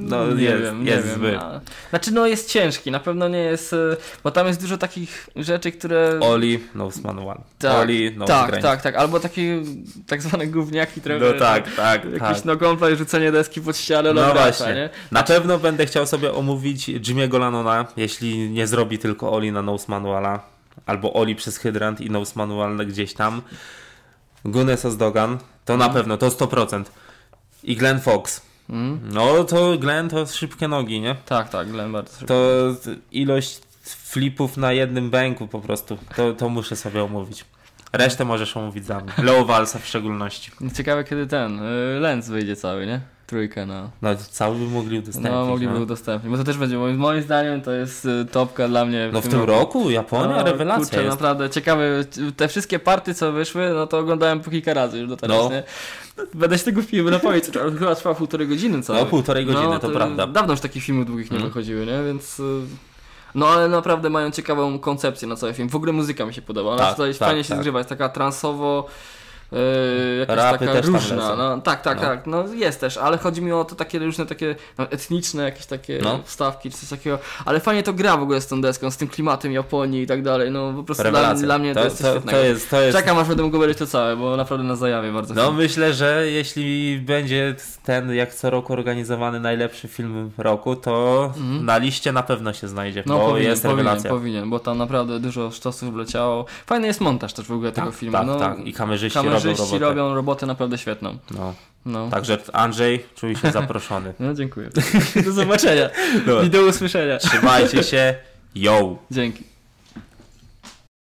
no nie jest, wiem, jest nie zły. wiem. a- Znaczy no jest ciężki, na pewno nie jest, e, bo tam jest dużo takich rzeczy, które... Oli, no Sman One. tak, Oli, no tak, Granic. tak, tak, albo takie tak zwane gówniaki trochę. No tak, tak, tak. Jakiś nogonplay, rzucenie deski pod ścianę, No lobrasa, właśnie. nie? Na pewno będę chciał sobie omówić Jimmy'ego Lanona, jeśli nie zrobi tylko Oli na Nose Manuala, albo Oli przez Hydrant i Nose Manual gdzieś tam. Gunnessa z Dogan, to na pewno, to 100%. I Glenn Fox. Mm. No to Glenn to szybkie nogi, nie? Tak, tak, Glenn bardzo szybko. To ilość flipów na jednym bęku po prostu, to, to muszę sobie omówić. Resztę możesz omówić za mnie. Leo Walsa w szczególności. Ciekawe kiedy ten, y, Lenz wyjdzie cały, nie? Trójkę, no. No cały by mogli udostępnić. No, mogliby udostępnić, bo to też będzie, moim, moim zdaniem to jest y, topka dla mnie. No w tym roku Japonia, No, rewelacja kurczę, jest. naprawdę ciekawe. Te wszystkie party, co wyszły, no to oglądałem po kilka razy już do teraz, No. nie? Będę się tego filmu napowiedzieć, chyba trwa półtorej godziny całe. No półtorej godziny, No, to, prawda. Dawno już takich filmów długich nie Mm. wychodziły, nie? Więc... y, No ale naprawdę mają ciekawą koncepcję na cały film. W ogóle muzyka mi się podoba. Ona Tak, tutaj tak, fajnie się tak. zgrywa. Jest taka transowo... Yy, jakaś Rapy taka też tam różna. lecą. No, tak, tak, No. tak. No jest też, ale chodzi mi o to takie różne takie no, etniczne jakieś takie No. wstawki czy coś takiego. Ale fajnie to gra w ogóle z tą deską, z tym klimatem Japonii i tak dalej. No po prostu dla, Rewelacja. dla mnie to, jest coś to, świetnego. to jest, to jest. Czekam aż będę mógł obejrzeć to całe, bo naprawdę na zajawie bardzo No chętnie. myślę, że jeśli będzie ten jak co roku organizowany najlepszy film roku, to na liście na pewno się znajdzie, Mhm. No bo powinien, jest powinien, rewelacja. powinien, bo tam naprawdę dużo sztosów wleciało. Fajny jest montaż też w ogóle tego filmu. tak, no, tak. I kamerzyści, robią robotę. Kamerzyści robią robotę naprawdę świetną. No. No. Także Andrzej, czuj się *laughs* zaproszony. No dziękuję. Do zobaczenia Dobra. i do usłyszenia. Trzymajcie się. Yo! Dzięki.